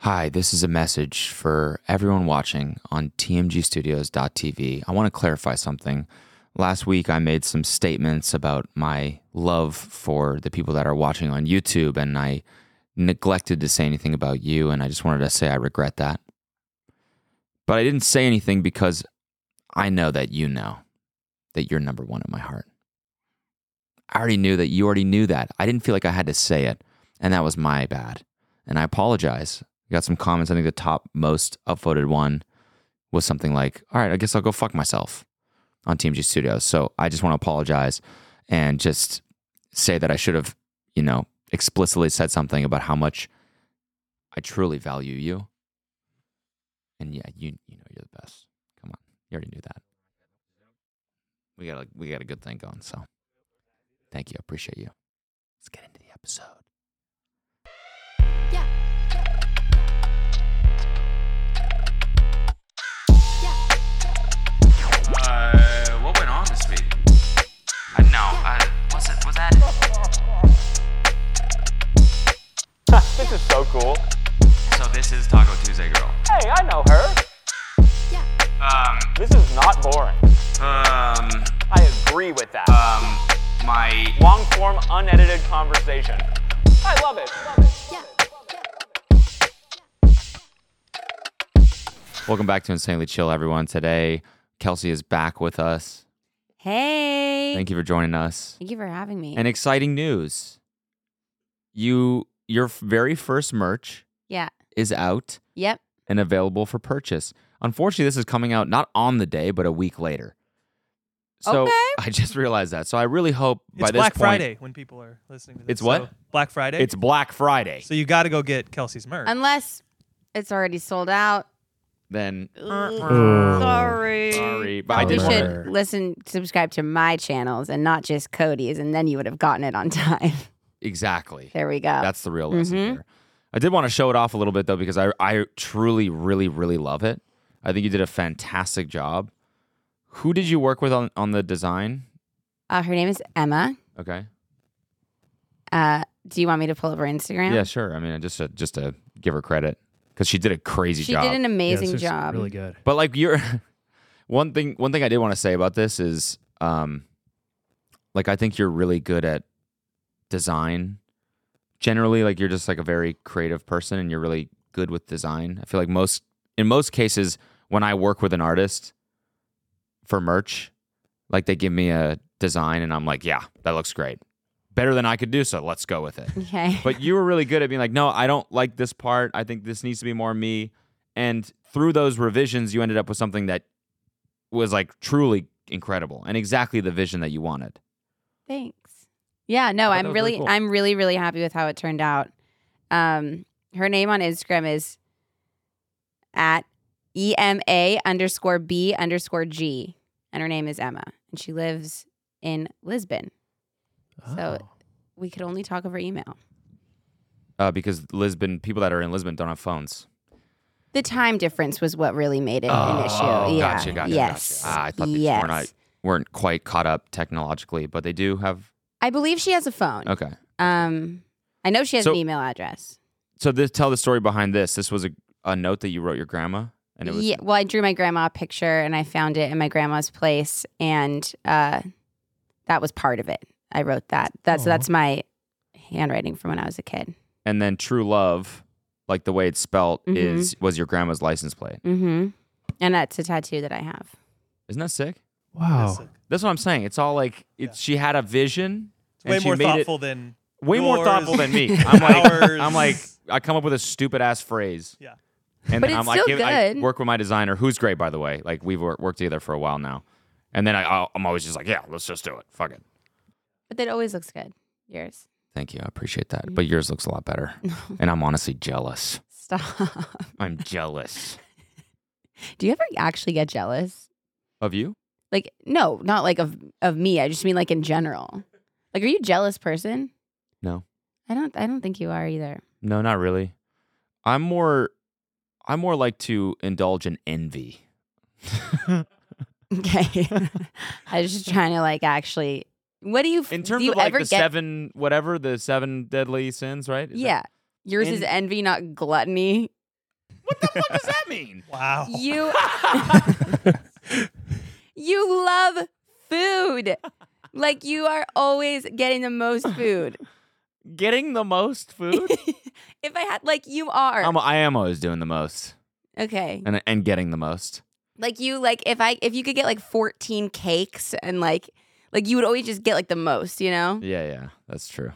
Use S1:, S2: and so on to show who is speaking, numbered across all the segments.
S1: Hi, this is a message for everyone watching on tmgstudios.tv. I want to clarify something. Last week, I made some statements about my love for the people that are watching on YouTube, and I neglected to say anything about you, and I just wanted to say I regret that. But I didn't say anything because I know that you know that you're number one in my heart. I already knew that you already knew that. I didn't feel like I had to say it, and that was my bad. And I apologize. We got some comments. I think the top most upvoted one was something like, "All right, I guess I'll go fuck myself." on TMG Studios. So I just want to apologize and just say that I should have, you know, explicitly said something about how much I truly value you. And yeah, you you know you're the best. Come on, you already knew that. We got a, we got a good thing going. So thank you, I appreciate you. Let's get into the episode.
S2: Yeah.
S1: Uh, what went on this week?
S3: Uh,
S1: I know. I was it was that
S4: This is so cool.
S3: So this is Taco Tuesday Girl.
S4: Hey, I know her.
S2: Yeah.
S3: Um,
S4: This is not boring.
S3: um,
S4: I agree with that.
S3: um, my
S4: Long form, unedited conversation. I love it. Love it.
S2: Yeah.
S1: Welcome back to Insanely Chill, everyone. Today, Kelsey is back with us.
S5: Hey.
S1: Thank you for joining us.
S5: Thank you for having me.
S1: And exciting news. You your f- very first merch
S5: yeah.
S1: is out
S5: Yep.
S1: and available for purchase. Unfortunately, this is coming out not on the day, but a week later. So
S5: Okay.
S1: I just realized that. So I really hope by
S6: it's
S1: this
S6: Black
S1: point
S6: Friday when people are listening to this.
S1: It's what?
S6: So, Black Friday.
S1: it's Black Friday.
S6: so you got to go get Kelsey's merch.
S5: Unless it's already sold out.
S1: Then
S5: Sorry.
S1: sorry, but I
S5: Probably
S1: did want
S5: should listen, subscribe to my channels and not just Cody's, and then you would have gotten it on time.
S1: exactly.
S5: there we go.
S1: That's the real lesson
S5: Mhm.
S1: here. I did want to show it off a little bit though because I I truly really really love it. I think you did a fantastic job. Who did you work with on on the design?
S5: uh, her name is Emma.
S1: Okay.
S5: Uh, do you want me to pull up her Instagram?
S1: Yeah, sure. I mean, just to, just to give her credit because she did a crazy
S5: She
S1: job.
S5: did an amazing job.
S7: Really good.
S1: But like you're one thing one thing I did want to say about this is um like I think you're really good at design. Generally, like you're just like a very creative person and you're really good with design. I feel like most in most cases when I work with an artist for merch, like they give me a design and I'm like, yeah, that looks great. Better than I could do, so let's go with it
S5: Okay.
S1: but you were really good at being like, no, I don't like this part. I think this needs to be more me. And through those revisions, you ended up with something that was like truly incredible and exactly the vision that you wanted.
S5: Thanks. Yeah, no,
S1: thought
S5: I'm
S1: that was
S5: really,
S1: really cool.
S5: I'm really, really happy with how it turned out. Um, her name on Instagram is at EMA underscore B underscore G. And her name is Emma. And she lives in Lisbon. So
S1: Oh.
S5: we could only talk over email.
S1: Uh, because Lisbon, people that are in Lisbon don't have phones.
S5: The time difference was what really made it an
S1: Oh,
S5: issue. Yeah.
S1: Gotcha, gotcha,
S5: yes.
S1: gotcha. Ah, I thought they
S5: yes.
S1: just were not, weren't quite caught up technologically, but they do have.
S5: I believe she has a phone.
S1: Okay.
S5: Um, I know she has
S1: So-
S5: an email address.
S1: So this, tell the story behind this. This was a, a note that you wrote your grandma, and it was
S5: yeah, well, I drew my grandma a picture and I found it in my grandma's place, and uh, that was part of it. I wrote that. That's
S7: Aw.
S5: that's my handwriting from when I was a kid.
S1: and then true love, like the way it's spelt,
S5: Mhm.
S1: is was your grandma's license plate.
S5: Mm-hmm. And that's a tattoo that I have.
S1: Isn't that sick? Oh.
S7: Wow.
S6: That's it.
S1: That's what I'm saying. It's all like it's, she had a vision.
S6: It's way
S1: and she
S6: more
S1: made it-
S6: thoughtful than
S1: way more
S6: yours,
S1: thoughtful than me. I'm like,
S6: ours.
S1: I'm like, I come up with a stupid ass phrase.
S6: Yeah.
S1: And
S5: But
S1: then
S5: it's
S1: I'm like,
S5: still
S1: give- I
S5: good.
S1: work with my designer, who's great by the way. Like we've wor- worked together for a while now. And then I, I'll- I'm always just like, yeah, let's just do it. Fuck it.
S5: But that always looks good. Yours.
S1: Thank you. I appreciate
S5: Mm.
S1: that. But yours looks a lot better. and I'm honestly jealous.
S5: Stop.
S1: I'm jealous
S5: Do you ever actually get jealous?
S1: of you.
S5: Like, no, not like of of me. I just mean like in general. Like, are you a jealous person?
S1: No.
S5: I don't. I don't think you are either.
S1: No, not really. I'm more, I am more like to indulge in envy.
S5: Okay. I was just trying to like actually. What do you
S1: In
S5: do
S1: terms
S5: you
S1: of like
S5: ever
S1: the
S5: get
S1: seven, whatever the seven deadly sins, right? Is that-
S5: Yeah. Yours is
S1: And-
S5: envy, not gluttony.
S1: What the fuck does that mean?
S6: Wow.
S5: You You love food. Like you are always getting the most food.
S1: Getting the most food?
S5: If I had like you are.
S1: I'm, I am always doing the most
S5: okay.
S1: and, and getting the most.
S5: Like you like if I if you could get like 14 cakes and like like you would always just get like the most, you know?
S1: Yeah, yeah, that's true.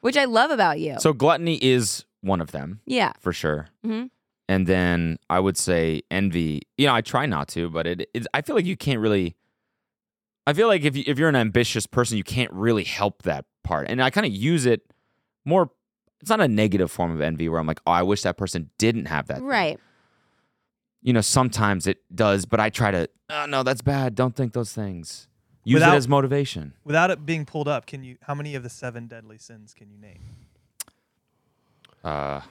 S5: Which I love about you.
S1: So gluttony is one of them
S5: yeah.
S1: for sure.
S5: Mhm.
S1: And then I would say envy. You know, I try not to, but it, it's I feel like you can't really. I feel like if you, if you're an ambitious person, you can't really help that part. And I kind of use it more. It's not a negative form of envy where I'm like, oh, I wish that person didn't have that. thing."
S5: Right.
S1: You know, sometimes it does, but I try to. Oh no, that's bad. Don't think those things. Use
S6: Without-
S1: it as motivation.
S6: Without it being pulled up, can you? How many of the seven deadly sins can you name?
S1: Uh,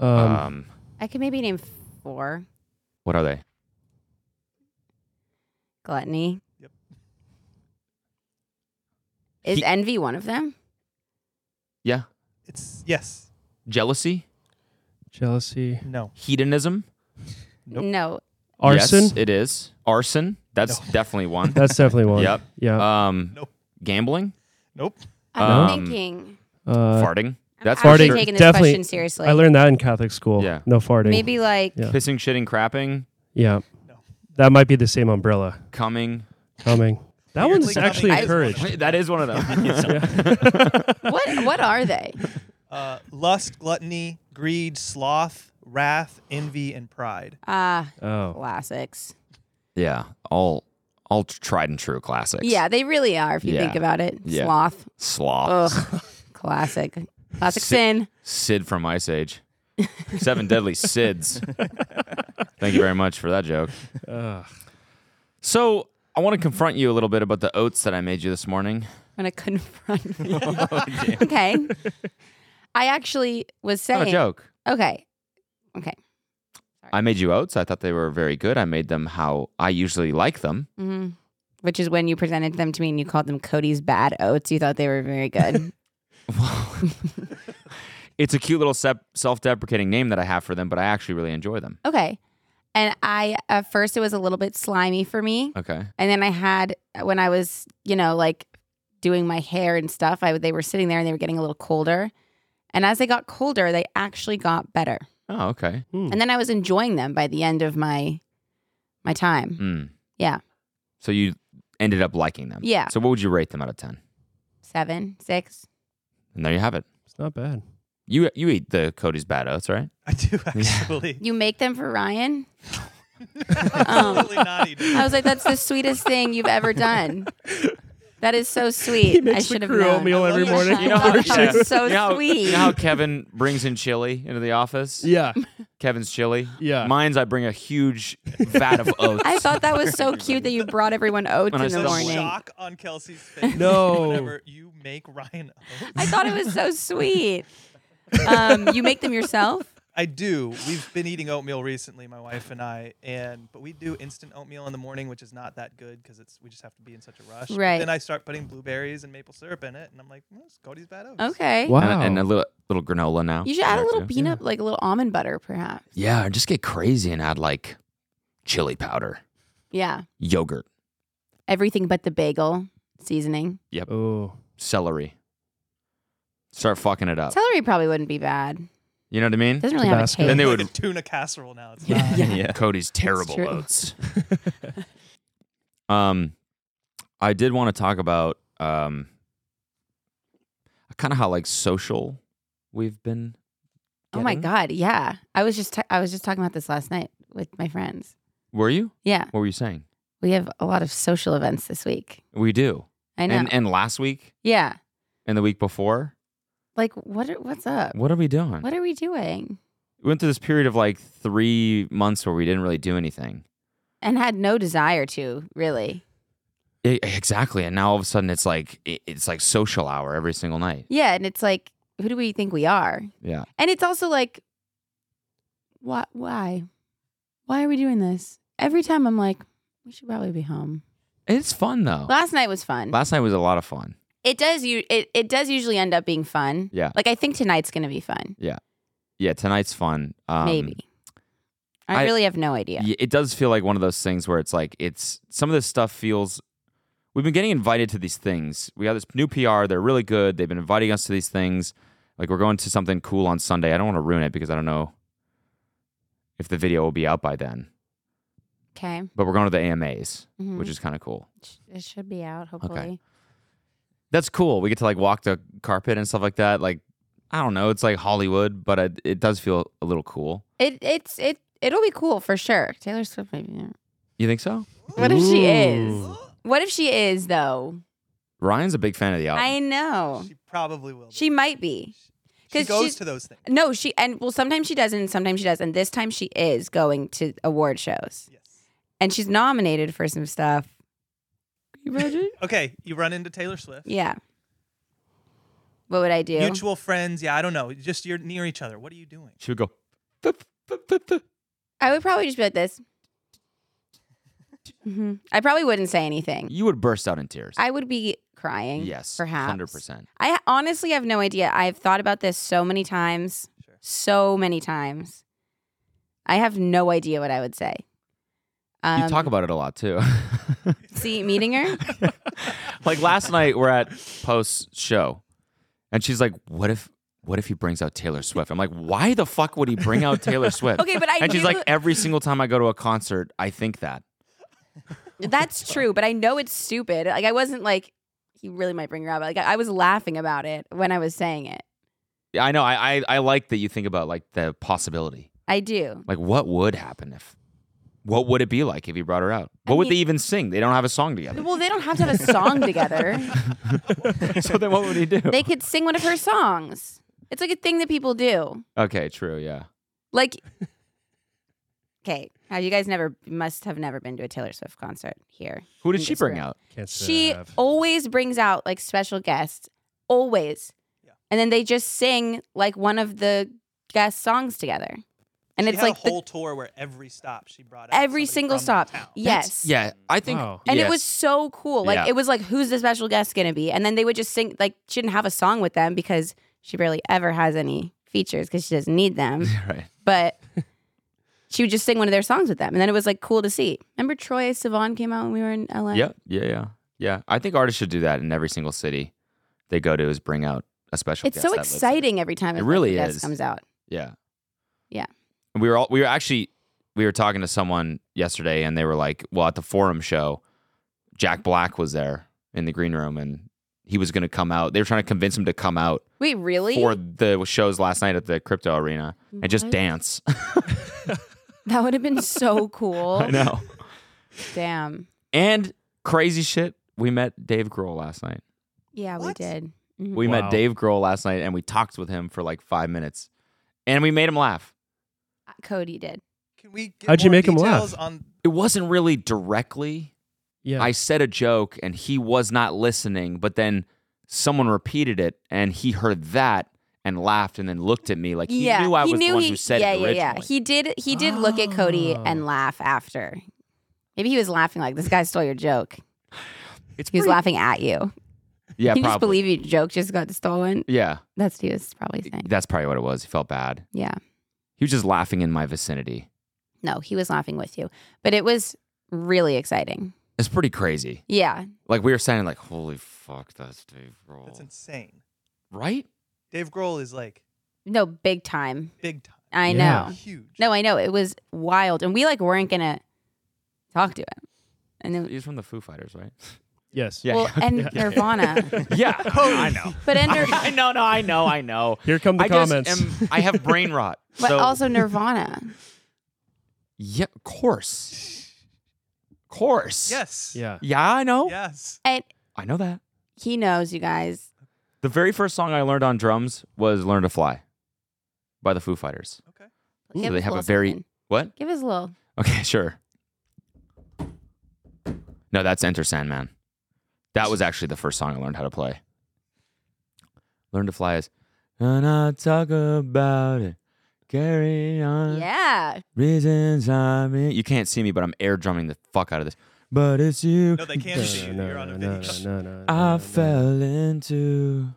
S2: Um,
S1: um,
S5: I could maybe name 4.
S1: what are they?
S5: Gluttony.
S6: Yep.
S5: Is
S1: He-
S5: envy one of them?
S1: Yeah,
S6: It's yes,
S1: jealousy,
S2: jealousy,
S6: no.
S1: hedonism.
S6: Nope.
S5: No.
S2: arson.
S1: Yes, it is. Arson. That's definitely one.
S2: That's definitely one.
S1: Yep.
S2: Yeah.
S1: um,
S6: Nope.
S1: gambling,
S6: Nope.
S5: I'm
S1: Um,
S5: thinking.
S2: Uh,
S1: farting. That's
S5: I'm
S1: for
S5: actually
S2: farting.
S1: sure.
S5: taking this
S2: Definitely.
S5: question seriously.
S2: I learned that in Catholic school.
S1: Yeah.
S2: No farting.
S5: Maybe like
S2: Yeah.
S1: Pissing, shitting, crapping,
S2: Yeah.
S6: No.
S2: That might be the same umbrella
S1: coming.
S2: coming. That
S6: Weirdly,
S2: one's
S6: coming
S2: actually
S6: is
S2: encouraged.
S6: one
S1: That is one of them.
S5: what what are they?
S6: Uh, lust, gluttony, greed, sloth, wrath, envy, and pride.
S5: Ah,
S2: Oh.
S5: classics.
S1: yeah, all all tried and true classics.
S5: Yeah, they really are if you
S1: Yeah.
S5: think about it.
S1: Yeah.
S5: Sloth.
S1: sloth.
S5: Ugh. classic. Classic
S1: Si-
S5: sin.
S1: Sid from Ice Age. Seven deadly Sids. Thank you very much for that joke.
S2: Ugh.
S1: So I want to confront you a little bit about the oats that I made you this morning.
S5: I'm gonna confront me.
S1: Oh,
S5: okay. I actually was saying
S1: Not a joke.
S5: Okay.
S1: I made you oats. I thought they were very good. I made them how I usually like them.
S5: hmm Which is when you presented them to me and you called them Cody's bad oats. You thought they were very good.
S1: it's a cute little sep- self-deprecating name that I have for them, but I actually really enjoy them.
S5: okay. And I at first it was a little bit slimy for me.
S1: Okay.
S5: And then I had uh, when I was, you know, like doing my hair and stuff, I they were sitting there and they were getting a little colder. And as they got colder, they actually got better.
S1: Oh, okay.
S2: Hmm.
S5: And then I was enjoying them by the end of my my time.
S1: Mm.
S5: Yeah.
S1: So you ended up liking them.
S5: Yeah.
S1: So what would you rate them out of ten?
S5: Seven, six.
S1: And there you have it.
S2: It's not bad.
S1: You you eat the Cody's bad oats, right?
S6: I do actually.
S5: You make them for Ryan?
S6: Absolutely not. Eden.
S5: I was like, that's the sweetest thing you've ever done. That is so sweet.
S2: He
S5: I
S2: makes the
S5: should have
S2: crew
S5: known.
S2: oatmeal every
S5: Yeah,
S2: morning.
S5: I
S2: You
S1: know
S5: thought
S1: how-
S5: that was so
S1: you know, how-
S5: sweet.
S1: You know how Kevin brings in chili into the office?
S2: Yeah.
S1: Kevin's chili.
S2: Yeah.
S1: Mine's I bring a huge vat of oats.
S5: I thought that was so cute that you brought everyone oats
S1: When I
S5: in the
S1: said
S5: morning.
S6: shock on Kelsey's face.
S2: No.
S6: Whenever you make Ryan oats.
S5: I thought it was so sweet. Um, you make them yourself?
S6: I do. We've been eating oatmeal recently, my wife and I, and but we do instant oatmeal in the morning, which is not that good because it's we just have to be in such a rush. But
S5: Right.
S6: then I start putting blueberries and maple syrup in it, and I'm like, well, it's Cody's bad oats.
S5: Okay.
S1: and, a- and a little little granola now.
S5: You should add a
S1: There
S5: little
S1: too.
S5: peanut, like a little almond butter, perhaps.
S1: Yeah, or just get crazy and add like chili powder,
S5: Yeah.
S1: yogurt,
S5: Everything but the bagel seasoning.
S2: oh.
S1: celery. Start fucking it up.
S5: Celery probably wouldn't be bad.
S1: You know what I mean?
S5: Doesn't really have a
S2: Tabasco.
S5: taste.
S1: Then they
S6: It's
S1: would-
S6: like a tuna casserole now. It's not.
S1: yeah. Cody's terrible
S5: true.
S1: oats. um, I did want to talk about um, kind of how like social we've been.
S5: Oh my
S1: getting.
S5: god, yeah. I was just t- I was just talking about this last night with my friends.
S1: Were you?
S5: Yeah,
S1: What were you saying?
S5: we have a lot of social events this week.
S1: We do.
S5: I know.
S1: And and last week
S5: yeah.
S1: and the week before,
S5: Like what are, what's up?
S1: what are we doing?
S5: What are we doing?
S1: We went through this period of like three months where we didn't really do anything.
S5: And had no desire to, really.
S1: E- exactly, and now all of a sudden it's like it- it's like social hour every single night.
S5: Yeah, and it's like who do we think we are?
S1: Yeah,
S5: And it's also like what why? Why are we doing this? Every time I'm like we should probably be home.
S1: it's fun though.
S5: Last night was fun.
S1: Last night was a lot of fun.
S5: It does you it, it does usually end up being fun.
S1: Yeah.
S5: Like I think tonight's going to be fun.
S1: Yeah, tonight's fun. Um,
S5: Maybe. I,
S1: I-
S5: really have no idea.
S1: Y- It does feel like one of those things where it's like it's some of this stuff feels. We've been getting invited to these things. We got this new PR. They're really good. They've been inviting us to these things. Like we're going to something cool on Sunday. I don't want to ruin it because I don't know if the video will be out by then.
S5: Okay.
S1: But we're going to the AMAs,
S5: Mhm.
S1: which is kind of cool.
S5: Sh- It should be out hopefully.
S1: That's cool. We get to like walk the carpet and stuff like that. Like I don't know. It's like Hollywood, but it, it does feel a little cool.
S5: It it's it it'll be cool for sure. Taylor Swift maybe. not.
S1: You think so?
S5: What if she is?
S2: Ooh.
S5: What if she is though?
S1: Ryan's a big fan of the album.
S5: I know.
S6: She probably will. be.
S5: She might be.
S6: she
S5: 'cause
S6: goes
S5: she's-
S6: to those things.
S5: No, she and well sometimes she doesn't, sometimes she does. And this time she is going to award shows.
S6: Yes.
S5: And she's nominated for some stuff. You imagine?
S6: Okay, you run into Taylor Swift.
S5: yeah. What would I do?
S6: Mutual friends. Yeah, I don't know. Just you're near each other. What are you doing?
S1: she would go.
S5: I would probably just be like this. hmm I probably wouldn't say anything.
S1: You would burst out in tears.
S5: I would be crying.
S1: yes,
S5: perhaps.
S1: hundred percent.
S5: I honestly have no idea. I've thought about this so many times,
S6: Sure.
S5: so many times. I have no idea what I would say. Um,
S1: you talk about it a lot too.
S5: see meeting her.
S1: like last night, we're at Post's show, and she's like, "What if, what if he brings out Taylor Swift?" I'm like, "Why the fuck would he bring out Taylor Swift?"
S5: Okay, but I
S1: and she's
S5: knew-
S1: like, "Every single time I go to a concert, I think that."
S5: That's true, but I know it's stupid. Like I wasn't like he really might bring her up. Like I, I was laughing about it when I was saying it.
S1: Yeah, I know. I, I I like that you think about like the possibility.
S5: I do.
S1: Like, what would happen if? What would it be like if he brought her out? What would
S5: mean-
S1: they even sing? They don't have a song together.
S5: Well, they don't have to have a song together.
S1: so then, what would he do?
S5: They could sing one of her songs. It's like a thing that people do.
S1: okay, true. Yeah.
S5: Like, okay, now you guys never must have never been to a Taylor Swift concert here.
S1: Who did
S5: In
S1: she
S5: this
S1: bring
S5: room.
S1: out?
S2: Can't say
S5: She
S2: I have.
S5: always brings out like special guests, always,
S6: Yeah.
S5: and then they just sing like one of the guest songs together, and
S6: she
S5: it's
S6: had
S5: like
S6: a
S5: the-
S6: whole tour where every stop she brought out
S5: every
S6: somebody
S5: single
S6: from
S5: stop.
S6: that town.
S5: Yes.
S1: Yeah, I think.
S2: Wow.
S5: And
S1: yes.
S5: it was so cool. Like
S1: Yeah.
S5: it was like, who's the special guest gonna be? And then they would just sing. Like she didn't have a song with them because she barely ever has any features because she doesn't need them.
S1: right.
S5: but she would just sing one of their songs with them. And then it was like cool to see. Remember Troy Sivan came out when we were in LA?
S1: Yeah, yeah, yeah, yeah. I think artists should do that in every single city they go to is bring out a special.
S5: It's
S1: guest
S5: so
S1: that lives there.
S5: exciting every time
S1: It
S5: a
S1: really
S5: special guest
S1: is.
S5: comes out.
S1: Yeah,
S5: Yeah.
S1: And we were all we were actually we were talking to someone yesterday, and they were like, "Well, at the Forum show, Jack Black was there in the green room, and he was going to come out. They were trying to convince him to come out
S5: Wait, really?
S1: for the shows last night at the Crypto Arena and just
S5: What? Oh.
S1: dance."
S5: That would have been so cool.
S1: I know.
S5: Damn.
S1: And crazy shit, we met Dave Grohl last night.
S5: Yeah, we
S6: What?
S5: did. Mhm.
S1: We
S2: Wow.
S1: met Dave Grohl last night and we talked with him for like five minutes and we made him laugh.
S5: Cody did.
S6: Can we get
S2: How'd you
S6: more
S2: make 'em
S6: details
S2: laugh?
S6: On
S1: It wasn't really directly.
S2: yeah.
S1: I said a joke and he was not listening, but then someone repeated it and he heard that and laughed and then looked at me like he
S5: yeah,
S1: knew I
S5: he
S1: was
S5: knew
S1: the one
S5: he,
S1: who said
S5: yeah,
S1: it
S5: yeah,
S1: originally.
S5: yeah. He did. He did look at Cody and
S2: Oh.
S5: laugh after. Maybe he was laughing like this guy stole your joke.
S1: it's
S5: He was
S1: pretty-
S5: laughing at you.
S1: Yeah,
S5: Can you just
S1: probably.
S5: believe your joke just got stolen?
S1: yeah,
S5: That's what he was probably saying.
S1: that's probably what it was. He felt bad.
S5: Yeah.
S1: He was just laughing in my vicinity.
S5: No, he was laughing with you, but it was really exciting.
S1: It's pretty crazy.
S5: Yeah.
S1: Like we were saying, like, holy fuck, that's Dave Grohl.
S6: that's insane.
S1: right?
S6: Dave Grohl is like
S5: No, big time.
S6: big time.
S5: I
S2: Yeah.
S5: know.
S6: Huge.
S5: No, I know. It was wild. And we like weren't going to talk to him. And then,
S1: He's from the Foo Fighters, right?
S2: yes.
S1: Yeah.
S5: well, and
S2: Yeah.
S5: Nirvana.
S1: Yeah, I know.
S5: But and Nir-
S1: I know, no, I know, I know.
S2: Here come the
S1: I just
S2: comments.
S1: am- I have brain rot.
S5: but
S1: so,
S5: also Nirvana.
S1: yeah, of course, course.
S6: Yes.
S2: yeah.
S1: Yeah, I know.
S6: Yes.
S5: And
S1: I know that.
S5: he knows you guys.
S1: The very first song I learned on drums was "Learn to Fly" by the Foo Fighters.
S6: Okay.
S1: Ooh,
S5: Give
S1: they
S5: us
S1: have a
S5: little
S1: very-
S5: something.
S1: What?
S5: Give us a little.
S1: Okay, sure. No, that's Enter Sandman. That was actually the first song I learned how to play. Learn to Fly is, and I talk about it, carry on.
S5: Yeah.
S1: Reasons I'm in. You can't see me, but I'm air drumming the fuck out of this. But it's you.
S6: No, they can't see you. You're on a video.
S2: no, no,
S1: I fell into.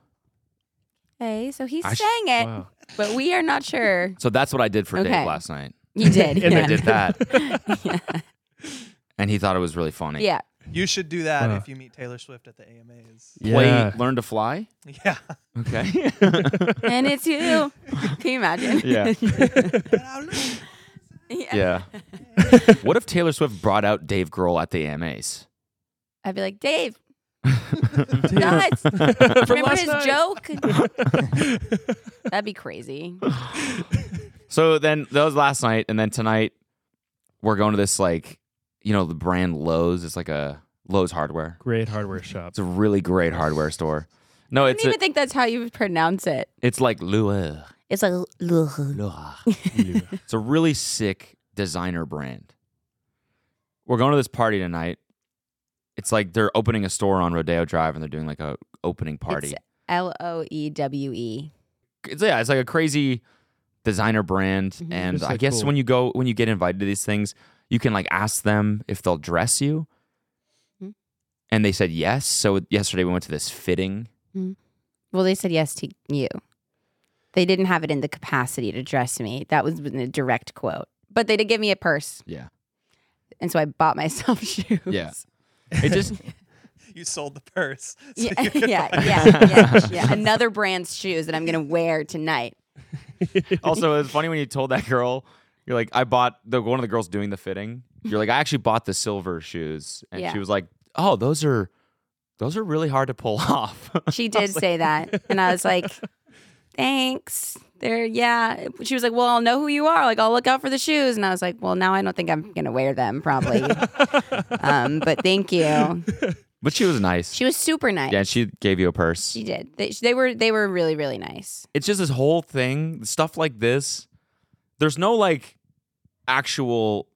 S5: Okay. So he
S1: I sh-
S5: sang it,
S2: Wow.
S5: but we are not sure.
S1: So that's what I did for
S5: Okay.
S1: Dave last night.
S5: You did.
S2: And
S5: yeah.
S1: I did that,
S5: yeah.
S1: and he thought it was really funny.
S5: Yeah.
S6: You should do that
S2: Huh.
S6: if you meet Taylor Swift at the AMAs.
S1: Play,
S2: Yeah.
S1: learn to fly.
S6: Yeah.
S1: Okay.
S5: And it's you. Can you imagine?
S1: Yeah.
S5: yeah.
S1: yeah. what if Taylor Swift brought out Dave Grohl at the AMAs?
S5: I'd be like, Dave,
S2: Yeah.
S5: nuts. Remember
S2: last
S5: his
S2: night.
S5: joke? That'd be crazy.
S1: So then that was last night, and then tonight we're going to this like, you know, the brand Lowe's. It's like a Lowe's Hardware.
S2: Great hardware shop.
S1: It's a really great hardware store. No,
S5: I
S1: it's
S5: don't
S1: a,
S5: even think that's how you would pronounce it.
S1: it's like Loewe.
S5: It's like, Ugh.
S1: it's a really sick designer brand. We're going to this party tonight. It's like they're opening a store on Rodeo Drive, and they're doing like a opening party.
S5: It's L O E W E.
S1: it's yeah, it's like a crazy designer brand.
S5: Mhm.
S1: And
S2: It's,
S1: I
S2: like,
S1: guess
S2: cool.
S1: when you go when you get invited to these things, you can like ask them if they'll dress you.
S5: Mhm.
S1: And they said yes. So yesterday we went to this fitting.
S5: Well, they said yes to you. They didn't have it in the capacity to dress me. That was in a direct quote. But they did give me a purse.
S1: Yeah.
S5: And so I bought myself shoes.
S1: Yeah. It just
S6: You sold the purse. so
S5: Yeah,
S6: you could
S5: yeah,
S6: buy-
S5: yeah, yeah, yeah. Another brand's shoes that I'm gonna wear tonight.
S1: also it's funny when you told that girl, you're like, I bought the one of the girls doing the fitting. You're like, I actually bought the silver shoes. And
S5: Yeah.
S1: she was like, Oh, those are those are really hard to pull off.
S5: She did say that, and I was like, "Thanks." There, yeah. She was like, "Well, I'll know who you are. Like, I'll look out for the shoes." And I was like, "Well, now I don't think I'm gonna wear them, probably." um, but thank you.
S1: but she was nice.
S5: She was super nice.
S1: yeah, and she gave you a purse.
S5: She did. They, they were they were really really nice.
S1: it's just this whole thing stuff like this there's no like actual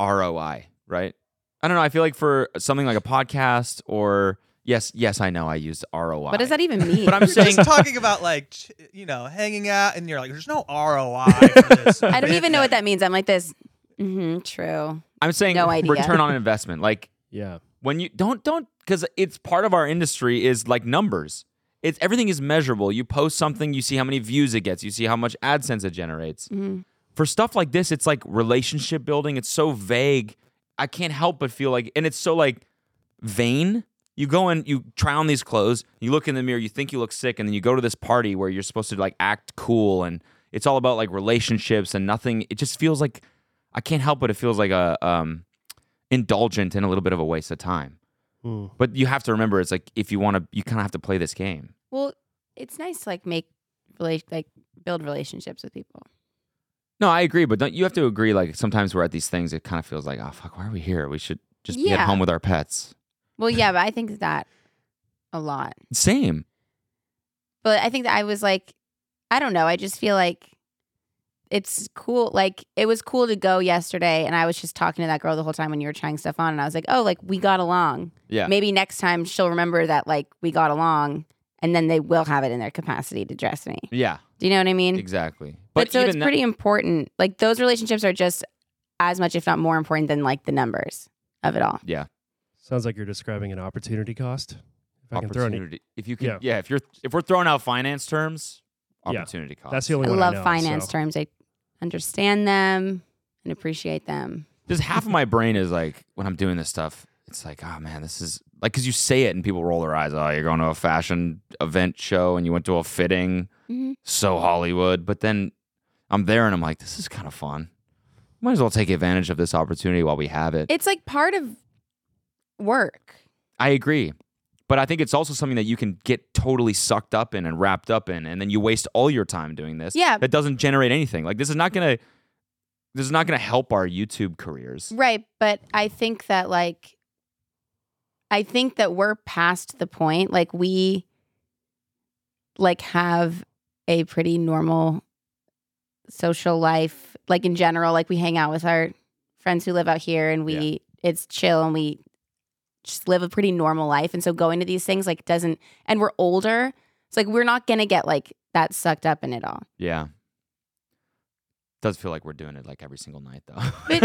S1: roi right i don't know i feel like for something like a podcast or yes yes i know i used roi
S5: What does that even mean?
S1: but i'm saying
S6: Just talking about like ch- you know hanging out, and you're like, there's no ROI. For this.
S5: I don't even know what that means. I'm like this. hmm true.
S1: i'm saying
S5: No idea.
S1: return on investment like
S2: yeah.
S1: when you don't don't because it's part of our industry is like numbers it's everything is measurable you post something you see how many views it gets you see how much adsense it generates
S5: Mhm.
S1: for stuff like this it's like relationship building it's so vague i can't help but feel like and it's so like vain you go and you try on these clothes you look in the mirror you think you look sick and then you go to this party where you're supposed to like act cool and it's all about like relationships and nothing it just feels like i can't help but it feels like a um indulgent and a little bit of a waste of time
S2: Hmm.
S1: but you have to remember, it's like if you want to, you kind of have to play this game.
S5: Well, it's nice to like make rela- like build relationships with people.
S1: No, I agree, but don't, you have to agree. Like sometimes we're at these things, it kind of feels like, oh fuck, why are we here? We should just be at
S5: Yeah.
S1: home with our pets.
S5: Well, yeah, but I think that a lot.
S1: Same.
S5: But I think that I was like, I don't know. I just feel like it's cool. Like it was cool to go yesterday, and I was just talking to that girl the whole time when you were trying stuff on, and I was like, oh, like we got along.
S1: Yeah.
S5: Maybe next time she'll remember that like we got along, and then they will have it in their capacity to dress me.
S1: Yeah.
S5: Do you know what I mean?
S1: Exactly.
S5: But, so it's
S1: even that-
S5: pretty important. Like those relationships are just as much, if not more important than like the numbers of it all.
S1: yeah.
S2: Sounds like you're describing an opportunity cost. If I can throw any.
S1: Opportunity. If you can, yeah.
S2: Yeah.
S1: If you're, if we're throwing out finance terms,
S2: Yeah.
S1: opportunity cost.
S2: That's the only
S5: I
S2: one
S5: love
S2: I know,
S5: finance
S2: so.
S5: terms. I understand them and appreciate them.
S1: Just half of my brain is like when I'm doing this stuff. It's like, oh man, this is like because you say it and people roll their eyes. Oh, you're going to a fashion event show and you went to a fitting.
S5: Mhm.
S1: So Hollywood. But then I'm there and I'm like, this is kind of fun. Might as well take advantage of this opportunity while we have it.
S5: It's like part of work.
S1: I agree. But I think it's also something that you can get totally sucked up in and wrapped up in, and then you waste all your time doing this.
S5: Yeah.
S1: That doesn't generate anything. Like this is not gonna this is not gonna help our YouTube careers.
S5: Right. But I think that, like, I think that we're past the point. Like, we, like, have a pretty normal social life, like, in general. Like, we hang out with our friends who live out here and we, it's chill and we just live a pretty normal life. And so going to these things, like, doesn't, and we're older. It's like, we're not going to get, like, that sucked up in it all.
S1: Yeah. Does feel like we're doing it like every single night though.
S5: But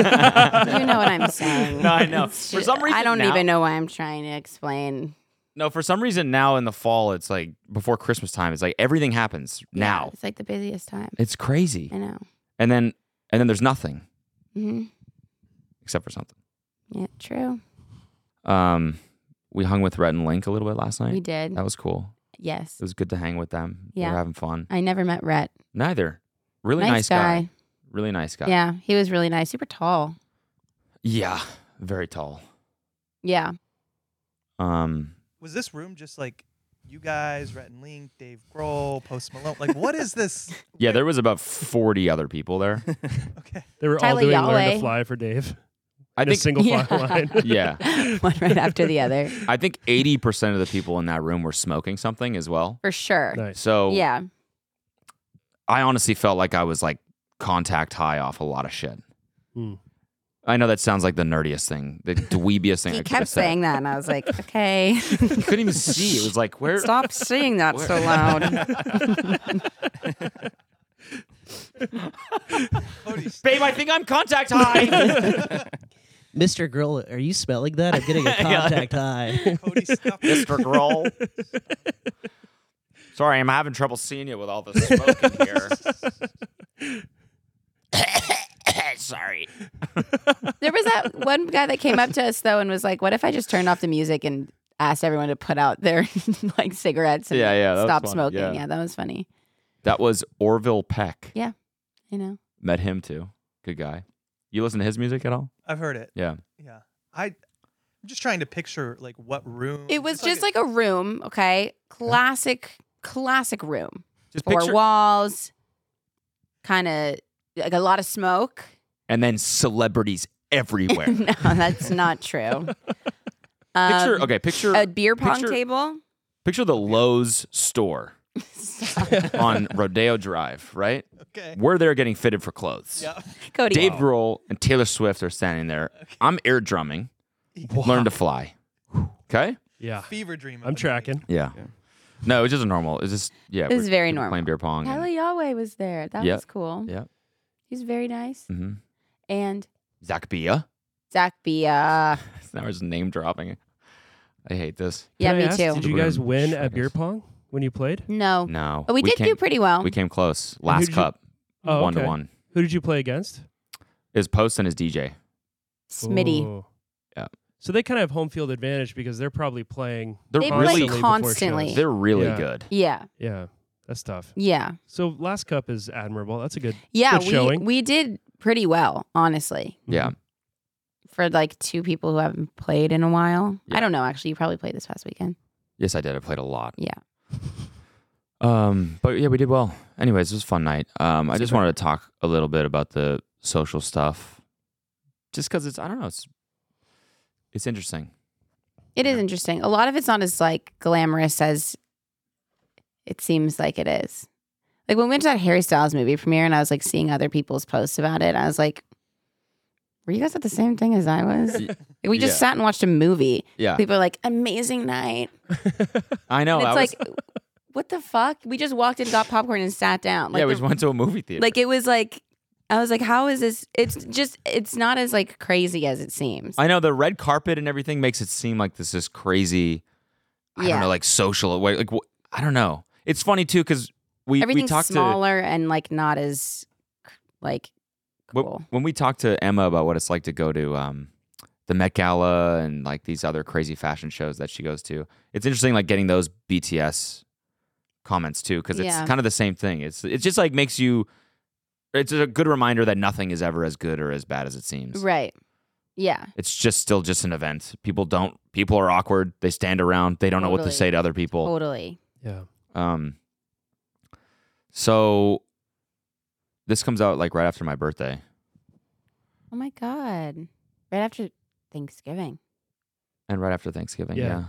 S5: you know what I'm saying.
S1: No, I know.
S5: It's
S1: For
S5: ju-
S1: some reason
S5: I don't
S1: now-
S5: even know why I'm trying to explain.
S1: No, for some reason now in the fall, it's like before Christmas time, it's like everything happens
S5: Yeah,
S1: now.
S5: It's like the busiest time.
S1: It's crazy.
S5: I know.
S1: And then and then there's nothing.
S5: hmm
S1: except for something.
S5: Yeah, true.
S1: Um, we hung with Rhett and Link a little bit last
S5: We
S1: night.
S5: did.
S1: That was cool.
S5: Yes.
S1: It was good to hang with them. They
S5: Yeah.
S1: were having fun.
S5: I never met Rhett.
S1: Neither. Really nice, guy. Really nice guy.
S5: Yeah, he was really nice. Super tall.
S1: Yeah. Very tall.
S5: Yeah.
S1: Um,
S6: Was this room just like you guys, Rhett and Link, Dave Grohl, Post Malone? Like, what is this?
S1: yeah, there was about 40 other people there.
S6: Okay.
S2: They were
S5: Tyler
S2: all doing learn
S5: Yahweh.
S2: to fly for Dave.
S1: I
S2: in a
S1: think
S2: single
S5: Yeah.
S2: file line.
S1: yeah.
S5: One right after the other.
S1: I think 80% of the people in that room were smoking something as well.
S5: For sure.
S2: nice.
S1: So
S5: Yeah.
S1: I honestly felt like I was like contact high off a lot of shit.
S2: Hmm.
S1: I know that sounds like the nerdiest thing, the dweebiest thing. I
S5: He
S1: could've
S5: kept
S1: said.
S5: saying that, and I was like, okay,
S1: You couldn't even see. It was like, where?
S5: stop saying that so
S1: Where-
S5: loud.
S6: Cody,
S1: Babe, I think I'm contact high.
S7: Mr. Girl, are you smelling that? I'm getting a contact high.
S6: Cody, stop.
S1: Mr. Grohl. Sorry, I'm having trouble seeing you with all the smoke in here. Sorry.
S5: There was that one guy that came up to us though and was like, "What if I just turned off the music and asked everyone to put out their like cigarettes and
S1: Yeah, yeah, that was
S5: stop
S1: fun.
S5: smoking?"
S1: Yeah.
S5: Yeah. that was funny.
S1: That was Orville Peck.
S5: Yeah. You know,
S1: Met him too. Good guy. You listen to his music at all?
S6: I've heard it.
S1: Yeah.
S6: Yeah. I, I'm just trying to picture like what room.
S5: it was just like a room, okay, classic, classic room,
S1: Just
S5: four
S1: picture
S5: walls, kind of like a lot of smoke.
S1: and then celebrities everywhere.
S5: no, that's not true. Um,
S1: picture okay, picture
S5: a beer pong
S1: picture-
S5: table.
S1: picture the Lowe's store
S5: Stop.
S1: on Rodeo Drive, right?
S6: okay.
S1: We're there getting fitted for clothes.
S6: Yeah.
S5: Cody,
S1: Dave Grohl and Taylor Swift are standing there. I'm air drumming. Learn to fly. Okay?
S2: Yeah.
S6: Fever dream. of
S2: I'm
S6: a night.
S2: tracking.
S1: Yeah. No, it's just a normal. It's just yeah.
S5: This is
S1: we're
S5: very
S1: Playing
S5: normal.
S1: beer pong.
S5: Tyler
S1: And,
S5: Yahweh was there. That
S1: Yeah.
S5: was cool.
S1: Yeah.
S5: He's very nice.
S1: mm-hmm.
S5: And
S1: Zach Bia.
S5: Zach Bia.
S1: Now we're just name dropping. I hate this.
S5: Yeah,
S2: Can I
S5: me
S2: ask,
S5: too.
S2: Did you guys
S1: Room
S2: win
S1: shredders.
S2: at beer pong when you played?
S5: No.
S1: No,
S5: But Oh. we, did
S1: came-
S5: do pretty well.
S1: We came close.
S2: who
S1: Last
S2: did you-
S1: cup,
S2: Oh,
S1: one to
S2: okay.
S1: one.
S2: Who did you play against?
S1: His post and his DJ.
S5: Smitty.
S2: Ooh.
S1: Yeah.
S2: So they kind of have home field advantage because they're probably playing.
S1: They're
S5: They
S2: really-
S1: really,
S5: play
S2: before
S5: constantly.
S2: shows.
S1: they're really
S2: Yeah.
S1: good.
S5: Yeah.
S2: Yeah, that's tough.
S5: Yeah.
S2: So last cup is admirable. That's a good.
S5: Yeah.
S2: Good
S5: we
S2: showing.
S5: we did pretty well, honestly.
S1: Yeah,
S5: For like two people who haven't played in a while.
S1: Yeah.
S5: I don't know, actually. You probably played this past weekend.
S1: yes, I did. I played a lot.
S5: Yeah.
S1: Um, but yeah, we did well. Anyways, it was a fun night. Um, I just wanted to talk a little bit about the social stuff, just because it's I don't know, it's it's interesting.
S5: It is interesting. A lot of it's not as like glamorous as it seems like it is. Like when we went to that Harry Styles movie premiere and I was like seeing other people's posts about it, I was like, were you guys at the same thing as I was?
S1: Y-
S5: Like, we just
S1: yeah.
S5: sat and watched a movie.
S1: Yeah,
S5: People are like, amazing night.
S1: I know.
S5: And
S1: I
S5: it's
S1: was,
S5: like, what the fuck? We just walked in, got popcorn, and sat down. Like,
S1: yeah, we
S5: the-
S1: just went to a movie theater.
S5: like it was like, I was like, how is this? It's just, it's not as like crazy as it seems.
S1: I know the red carpet and everything makes it seem like this is crazy. I
S5: Yeah.
S1: don't know, like social. Like, like wh- I don't know. It's funny too because we we
S5: Everything's
S1: talked to
S5: smaller and like not as like
S1: wh-
S5: cool.
S1: when we talked to Emma about what it's like to go to um, the Met Gala and like these other crazy fashion shows that she goes to. It's interesting, like getting those BTS comments too, because it's
S5: Yeah.
S1: kind of the same thing. It's it's just like makes you. It's a good reminder that nothing is ever as good or as bad as it seems.
S5: Right. Yeah.
S1: It's just still just an event. People don't. People are awkward. They stand around. They don't know what to
S5: Totally.
S1: say to other people.
S5: Totally.
S2: mm-hmm. Yeah.
S1: Um. So, this comes out like right after my birthday.
S5: Oh my god. Right after Thanksgiving.
S1: and right after Thanksgiving. Yeah.
S2: Yeah.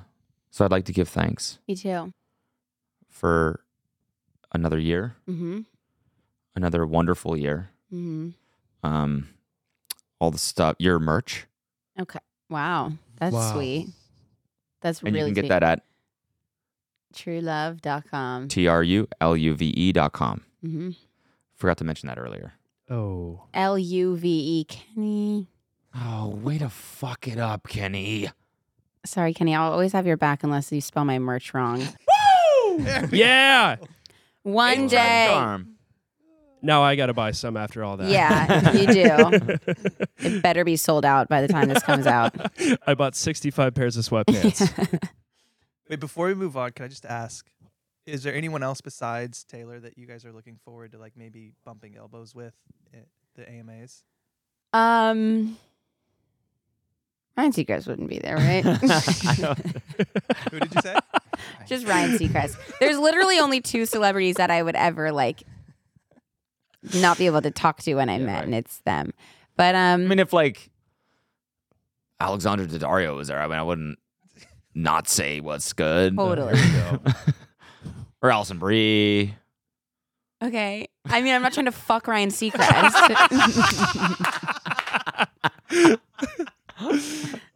S1: So I'd like to give thanks
S5: Me too.
S1: for another year,
S5: Mhm.
S1: another wonderful year.
S5: Mhm.
S1: Um, all the stuff, your merch,
S5: Okay. Wow. That's
S2: Wow.
S5: sweet. That's
S1: and
S5: really
S1: you can
S5: sweet.
S1: get that at
S5: truelove.com.
S1: t r u l u v e dot com.
S5: Mhm.
S1: Forgot to mention that earlier.
S2: Oh.
S5: L U V E Kenny.
S1: Oh, way to fuck it up, Kenny.
S5: Sorry, Kenny. I'll always have your back unless you spell my merch wrong.
S2: Yeah.
S5: One day.
S1: Charm.
S2: Now I got to buy some after all that.
S5: Yeah, you do. it better be sold out by the time this comes out.
S2: I bought 65 pairs of sweatpants.
S6: Wait, before we move on, can I just ask? Is there anyone else besides Taylor that you guys are looking forward to, like maybe bumping elbows with at the AMAs?
S5: Um, Ryan Seacrest wouldn't be there, right?
S6: Who did you say?
S5: Just Ryan Seacrest. There's literally only two celebrities that I would ever like not be able to talk to when I met, and it's them. But um,
S1: I mean, if like Alexander Daddario was there, I mean, I wouldn't not say what's good.
S5: Totally.
S1: or Alison Brie.
S5: okay. I mean, I'm not trying to fuck Ryan Seacrest,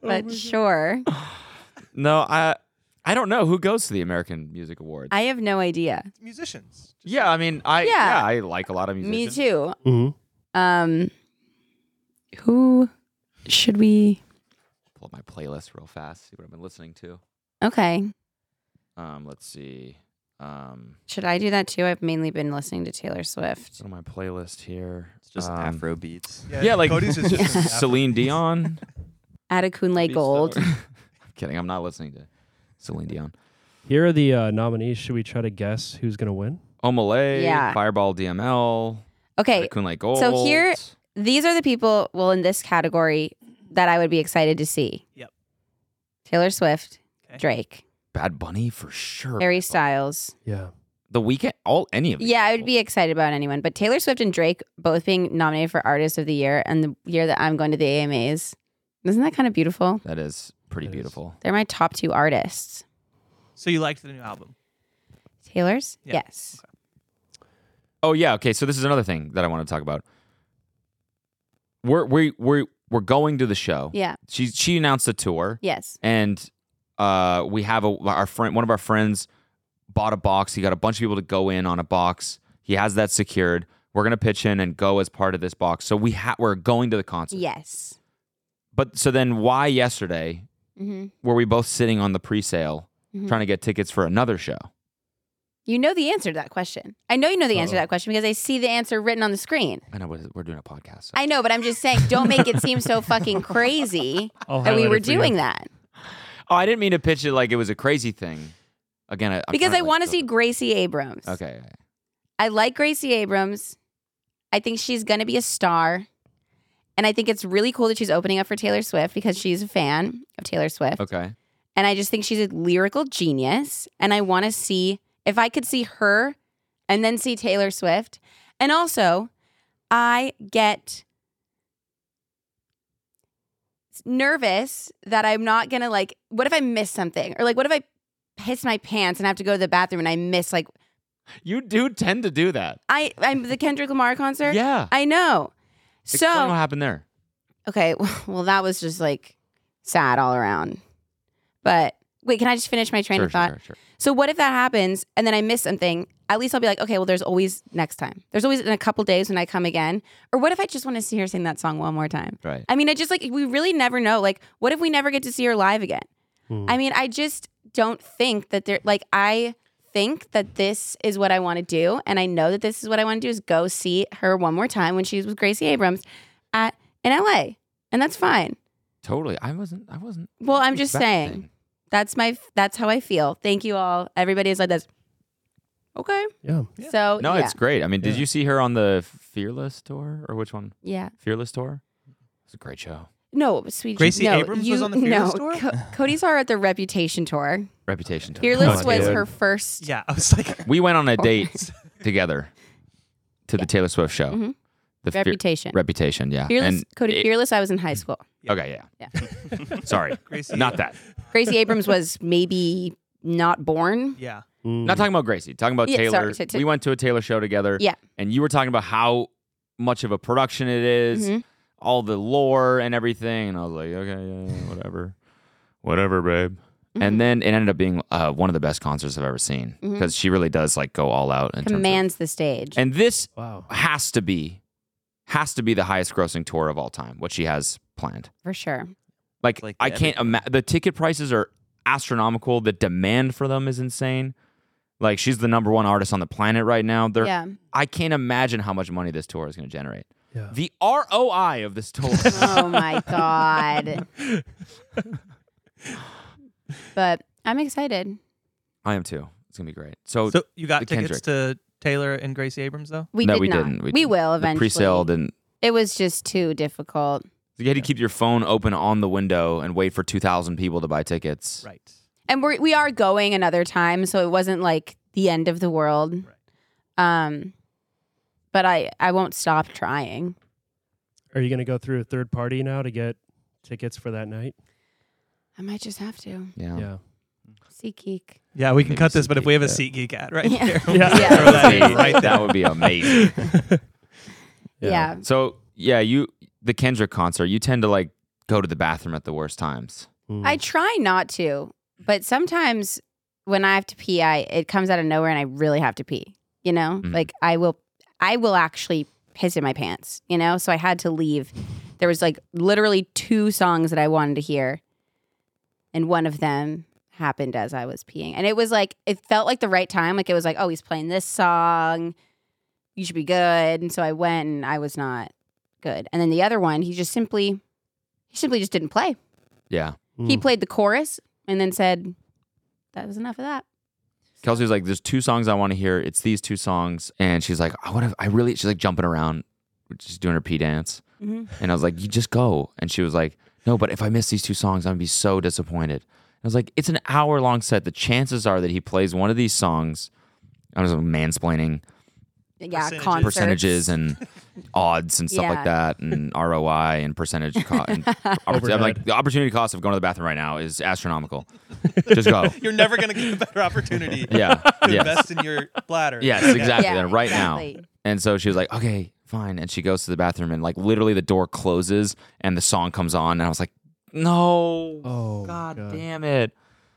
S5: but sure.
S1: No, I I don't know who goes to the American Music Awards.
S5: I have no idea.
S6: Musicians. Just
S1: yeah, I mean, I yeah.
S5: Yeah.
S1: I like a lot of music.
S5: Me too.
S2: Mhm.
S5: Um, who should we?
S1: Pull up my playlist real fast. See what I've been listening to.
S5: Okay.
S1: Um, let's see. Um,
S5: Should I do that too? I've mainly been listening to Taylor Swift.
S1: go to my playlist here.
S8: It's just
S1: Um,
S8: Afro beats.
S1: Yeah, like
S6: Cody's is just an
S1: Celine Dion.
S5: Adekunle Gold.
S1: I'm kidding. I'm not listening to Celine Dion.
S2: Here are the uh, nominees. Should we try to guess who's going to win?
S1: Omalay,
S5: Yeah.
S1: Fireball DML,
S5: Okay.
S1: Raccoon Lake Gold.
S5: so here- These are the people, well, in this category that I would be excited to see.
S6: Yep.
S5: Taylor Swift,
S6: Okay.
S5: Drake,
S1: Bad Bunny for sure.
S5: Harry Styles.
S2: Yeah.
S1: The weekend, all any of these
S5: Yeah, I would
S1: people.
S5: be excited about anyone, but Taylor Swift and Drake both being nominated for Artist of the Year and the year that I'm going to the AMAs. Isn't that kind of beautiful?
S1: That is pretty
S2: That is-
S1: beautiful.
S5: They're my top two artists.
S6: So you liked the new album?
S5: Taylor's?
S6: Yeah.
S5: Yes.
S1: Oh yeah, okay. So this is another thing that I want to talk about. We're we we we're going to the show.
S5: Yeah.
S1: She she announced a tour.
S5: Yes.
S1: and uh, we have a our friend, one of our friends, bought a box. He got a bunch of people to go in on a box. He has that secured. We're gonna pitch in and go as part of this box. So we ha- we're going to the concert.
S5: Yes.
S1: But so then, why yesterday
S5: Mm-hmm.
S1: were we both sitting on the pre-sale
S5: Mhm.
S1: trying to get tickets for another show?
S5: You know the answer to that question. I know you know the answer to
S2: Uh-oh.
S5: that question because I see the answer written on the screen.
S1: I know we're we're doing a podcast. so-
S5: I know, but I'm just saying, don't make it seem so fucking crazy
S2: I'll
S5: that Oh, we
S2: highlight
S5: were
S2: it for you.
S5: doing that.
S1: oh, I didn't mean to pitch it like it was a crazy thing. Again, I, I'm
S5: Because
S1: trying
S5: I
S1: like,
S5: want to
S1: build
S5: see
S1: it.
S5: Gracie Abrams.
S1: Okay.
S5: I like Gracie Abrams. I think she's going to be a star. And I think it's really cool that she's opening up for Taylor Swift because she's a fan of Taylor Swift.
S1: Okay.
S5: And I just think she's a lyrical genius. And I want to see if I could see her and then see Taylor Swift. And also, I get nervous that I'm not going to like, what if I miss something? Or like, what if I piss my pants and have to go to the bathroom and I miss like,
S1: You do tend to do that.
S5: I, I'm the Kendrick Lamar concert.
S1: Yeah.
S5: I know.
S1: Explain what
S5: So,
S1: happened there?
S5: okay. Well, that was just like sad all around. But wait, can I just finish my train
S1: Sure,
S5: of thought?
S1: sure, sure, sure.
S5: So what if that happens and then I miss something? At least I'll be like, okay, well, there's always next time. There's always in a couple days when I come again. Or what if I just want to see her sing that song one more time?
S1: Right.
S5: I mean, I just like we really never know. Like, what if we never get to see her live again?
S2: Mm.
S5: I mean, I just don't think that there. Like, I think that this is what I want to do, and I know that this is what I want to do is go see her one more time when she was with Gracie Abrams at in L.A. And that's fine.
S1: Totally. I wasn't. I wasn't.
S5: Well, I'm just
S1: expecting.
S5: saying. That's my. That's how I feel. Thank you all. Everybody is like this. Okay.
S2: Yeah.
S5: So
S1: No,
S5: Oh, yeah.
S1: it's great. I mean, did
S2: Yeah.
S1: you see her on the Fearless tour or which one?
S5: yeah.
S1: Fearless tour. It's a great show.
S5: No, sweet.
S6: Gracie
S5: no,
S6: Abrams was
S5: you,
S6: on the Fearless
S5: no.
S6: tour?
S5: Co- Cody saw her at the Reputation tour.
S1: Reputation tour.
S5: Fearless
S2: Oh,
S5: was
S2: dude.
S5: her first.
S6: Yeah, I was like,
S1: We went on a date together to the Taylor Swift show.
S5: Mhm.
S1: The Fear-
S5: Reputation.
S1: Reputation. Yeah.
S5: Fearless,
S1: And
S5: Cody
S1: it-
S5: Fearless. I was in high school.
S1: Okay. Yeah. Sorry.
S6: Gracie.
S1: Not that.
S5: Gracie Abrams was maybe not born.
S6: yeah.
S2: Mm.
S1: Not talking about Gracie. Talking about
S5: Yeah,
S1: Taylor.
S5: sorry, so- so-
S1: we went to a Taylor show together.
S5: Yeah.
S1: And you were talking about how much of a production it is,
S5: Mhm.
S1: all the lore and everything. And I was like, okay, yeah, yeah, whatever, whatever, babe.
S5: Mm-hmm.
S1: And then it ended up being uh, one of the best concerts I've ever seen
S5: Mhm.
S1: because she really does like go all out in terms
S5: Commands the stage.
S1: of. And this
S2: Wow.
S1: has to be, has to be the highest grossing tour of all time. What she has planned.
S5: for sure.
S1: Like,
S8: Like
S1: I
S8: the
S1: can't imagine. The ticket prices are astronomical. The demand for them is insane. Like she's the number one artist on the planet right now. There,
S5: yeah.
S1: I can't imagine how much money this tour is going to generate.
S2: Yeah.
S1: The ROI of this tour.
S5: Oh my god. but I'm excited.
S1: I am too. It's going to be great. So,
S6: So you got
S1: Oh, the
S6: tickets to Taylor and Gracie Abrams though?
S5: We
S1: No,
S5: did
S1: we
S5: not.
S1: didn't.
S5: We,
S1: We didn't.
S5: will
S1: the
S5: eventually.
S1: pre-sale didn't.
S5: It was just too difficult.
S1: You had to keep your phone open on the window and wait for 2,000 people to buy tickets.
S6: Right.
S5: and we're, we are going another time so it wasn't like the end of the world um but i i won't stop trying
S2: Are you going to go through a third party now to get tickets for that night?
S5: i might just have to
S1: Yeah.
S2: Yeah.
S5: see geek
S6: Yeah, we can
S1: Maybe
S6: cut this, but if we have a
S1: SeatGeek,
S6: seat geek ad right
S5: Yeah.
S6: there,
S2: Yeah.
S6: yeah. throw that in
S5: Yeah.
S6: right there.
S1: that would be amazing.
S5: yeah,
S1: so, yeah, you the Kendrick concert, you tend to like go to the bathroom at the worst times.
S2: Mm.
S5: i try not to but sometimes when i have to pee i it comes out of nowhere and i really have to pee you know
S1: Mhm.
S5: like i will i will actually piss in my pants you know so i had to leave there was like literally two songs that i wanted to hear and one of them happened as I was peeing. And it was like it felt like the right time. Like it was like, oh, he's playing this song. You should be good. And so I went and I was not good. And then the other one, he just simply he simply just didn't play.
S1: Yeah.
S5: He
S2: Mm.
S5: played the chorus and then said, That was enough of that.
S1: Kelsey was like, "There's two songs I want to hear. It's these two songs." And she's like, "I want to. I really." She's like jumping around, she's doing her pee dance.
S5: Mhm.
S1: And I was like, "You just go." And she was like, "No, but if I miss these two songs, I'm gonna be so disappointed." I was like, "It's an hour long set. The chances are that he plays one of these songs." I was mansplaining
S5: Yeah,
S6: Percentages.
S5: concerts.
S1: percentages and odds and stuff
S5: Yeah.
S1: like that, and ROI and percentage cost. And opportunity, I'm
S2: Overhead.
S1: like, the opportunity cost of going to the bathroom right now is astronomical. just go.
S6: You're never gonna get a better opportunity
S1: Yeah.
S6: to
S1: yeah.
S6: invest in your bladder.
S1: Yes,
S6: Yeah.
S1: exactly.
S5: Yeah,
S1: and right now.
S5: exactly.
S1: And so she was like, okay, fine. And she goes to the bathroom and like literally the door closes and the song comes on. And I was like, no.
S2: Oh, my
S1: God,
S2: God.
S1: damn it.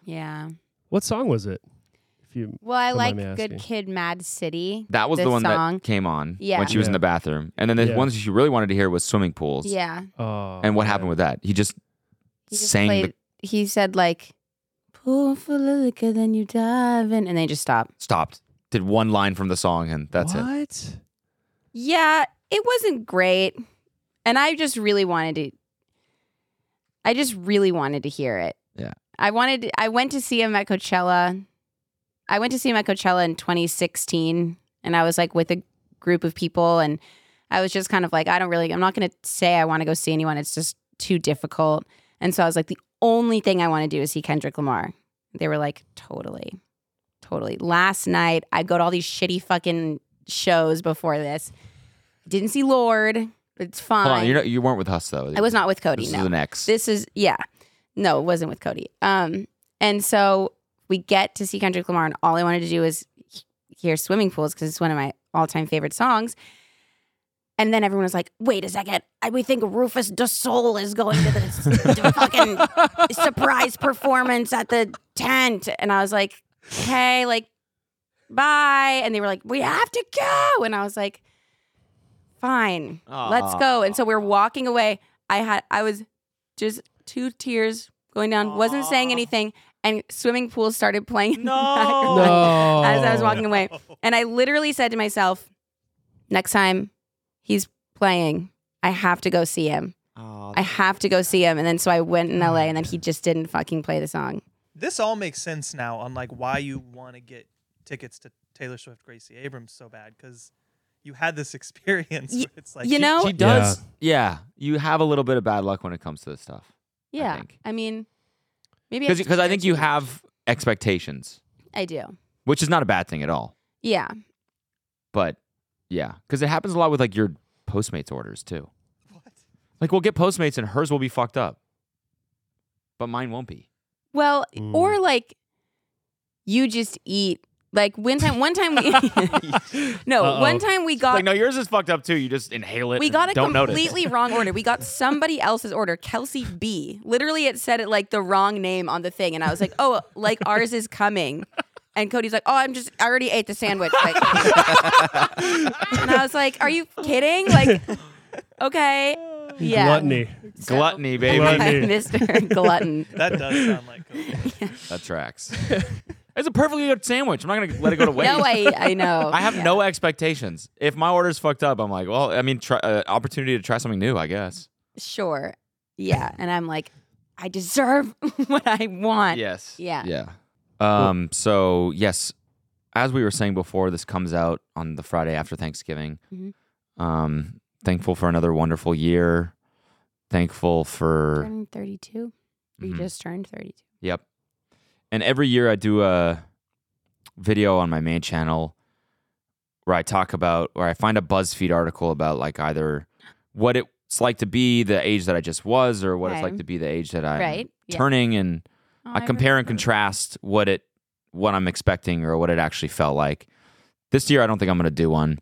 S5: Yeah.
S2: What song was it? If you
S5: Well, I
S2: Don't
S5: like
S2: mind me
S5: Good
S2: asking.
S5: Kid Mad City.
S1: That was
S5: the
S1: the one
S5: song.
S1: that came on
S5: Yeah.
S1: when she was in
S2: Yeah.
S1: the bathroom. And then the
S2: Yeah.
S1: one that she really wanted to hear was swimming pools.
S5: Yeah.
S2: Oh,
S1: And what
S2: man.
S1: happened with that? He just,
S5: He just
S1: sang the
S5: played- he said like pool full of liquor, then you dive in, and they just stop.
S1: stopped, did one line from the song, and that's it.
S2: What?
S5: Yeah, it wasn't great, and I just really wanted to. I just really wanted to hear it.
S1: Yeah.
S5: I wanted. I went to see him at Coachella. I went to see him at Coachella in 2016, and I was like with a group of people, and I was just kind of like, I don't really. I'm not going to say I want to go see anyone. It's just too difficult. And so I was like, the only thing I want to do is see Kendrick Lamar. They were like, totally, totally. Last night, I go to all these shitty fucking shows before this. Didn't see Lord. It's fine.
S1: Hold on, you're not, you weren't with us though.
S5: I was not with Cody.
S1: This
S5: no,
S1: is an ex.
S5: this is yeah. No, it wasn't with Cody. Um, and so we get to see Kendrick Lamar, and all I wanted to do was he- hear "Swimming Pools" because it's one of my all-time favorite songs. And then everyone was like, "Wait a second! I, we think Rufus DeSoul is going to this fucking surprise performance at the tent," and I was like, "Okay, like, bye." And they were like, "We have to go," and I was like, "Fine." let's go. And so we're walking away. I had I was just two tears going down, wasn't saying anything, and swimming pool started playing in the
S2: No.
S5: background as I was walking away. And I literally said to myself, next time he's playing, I have to go see him.
S2: Oh,
S5: I have to go see him. And then so I went in LA and then he just didn't fucking play the song.
S6: This all makes sense now on like why you want to get tickets to Taylor Swift, Gracie Abrams so bad because you had this experience.
S5: Y-
S6: where it's like
S5: you know-
S1: She does. Yeah. You have a little bit of bad luck when it comes to this stuff.
S5: Yeah.
S1: think.
S5: I, mean maybe
S1: Because
S5: just
S1: I think you
S5: energy.
S1: have expectations,
S5: I do.
S1: which is not a bad thing at all.
S5: Yeah.
S1: But yeah, because it happens a lot with like your Postmates orders too. Like we'll get Postmates and hers will be fucked up, but mine won't be.
S5: Well,
S1: Hmm.
S2: Mm.
S5: or like you just eat. Like one time, one time we no,
S2: Uh-oh.
S5: one time we got
S1: like no, yours is fucked up too. You just inhale it.
S5: we
S1: and
S5: got a
S1: don't notice.
S5: completely wrong order. We got somebody else's order, Kelsey B. Literally, it said it like the wrong name on the thing, and I was like, oh, like ours is coming. And Cody's like, oh, I'm just, I already ate the sandwich. Like, and I was like, are you kidding? Like, okay, yeah,
S2: Gluttony.
S5: So-
S1: Gluttony, baby.
S2: Gluttony.
S5: Mr. Glutton.
S6: that does sound like COVID.
S1: That tracks. It's a perfectly good sandwich. I'm not gonna let it go to waste.
S5: No, I I know.
S1: I have
S5: Yeah.
S1: no expectations. If my order's fucked up, I'm like, well, I mean, try, uh, opportunity to try something new, I guess.
S5: Sure. Yeah, and I'm like, I deserve what I want.
S1: Yes.
S5: Yeah.
S1: Yeah. Um. So yes, as we were saying before, this comes out on the Friday after Thanksgiving.
S5: Mhm.
S1: Um. Thankful for another wonderful year. Thankful for
S5: Turning 32. Or You
S1: Mhm.
S5: just turned 32.
S1: Yep. And every year I do a video on my main channel where I talk about where I find a BuzzFeed article about like either what it's like to be the age that I just was or what it's
S5: Okay.
S1: like to be the age that I'm
S5: Right, yeah.
S1: turning and
S5: Oh,
S1: I compare and
S5: remember.
S1: contrast what it what I'm expecting or what it actually felt like. This year I don't think I'm going to do one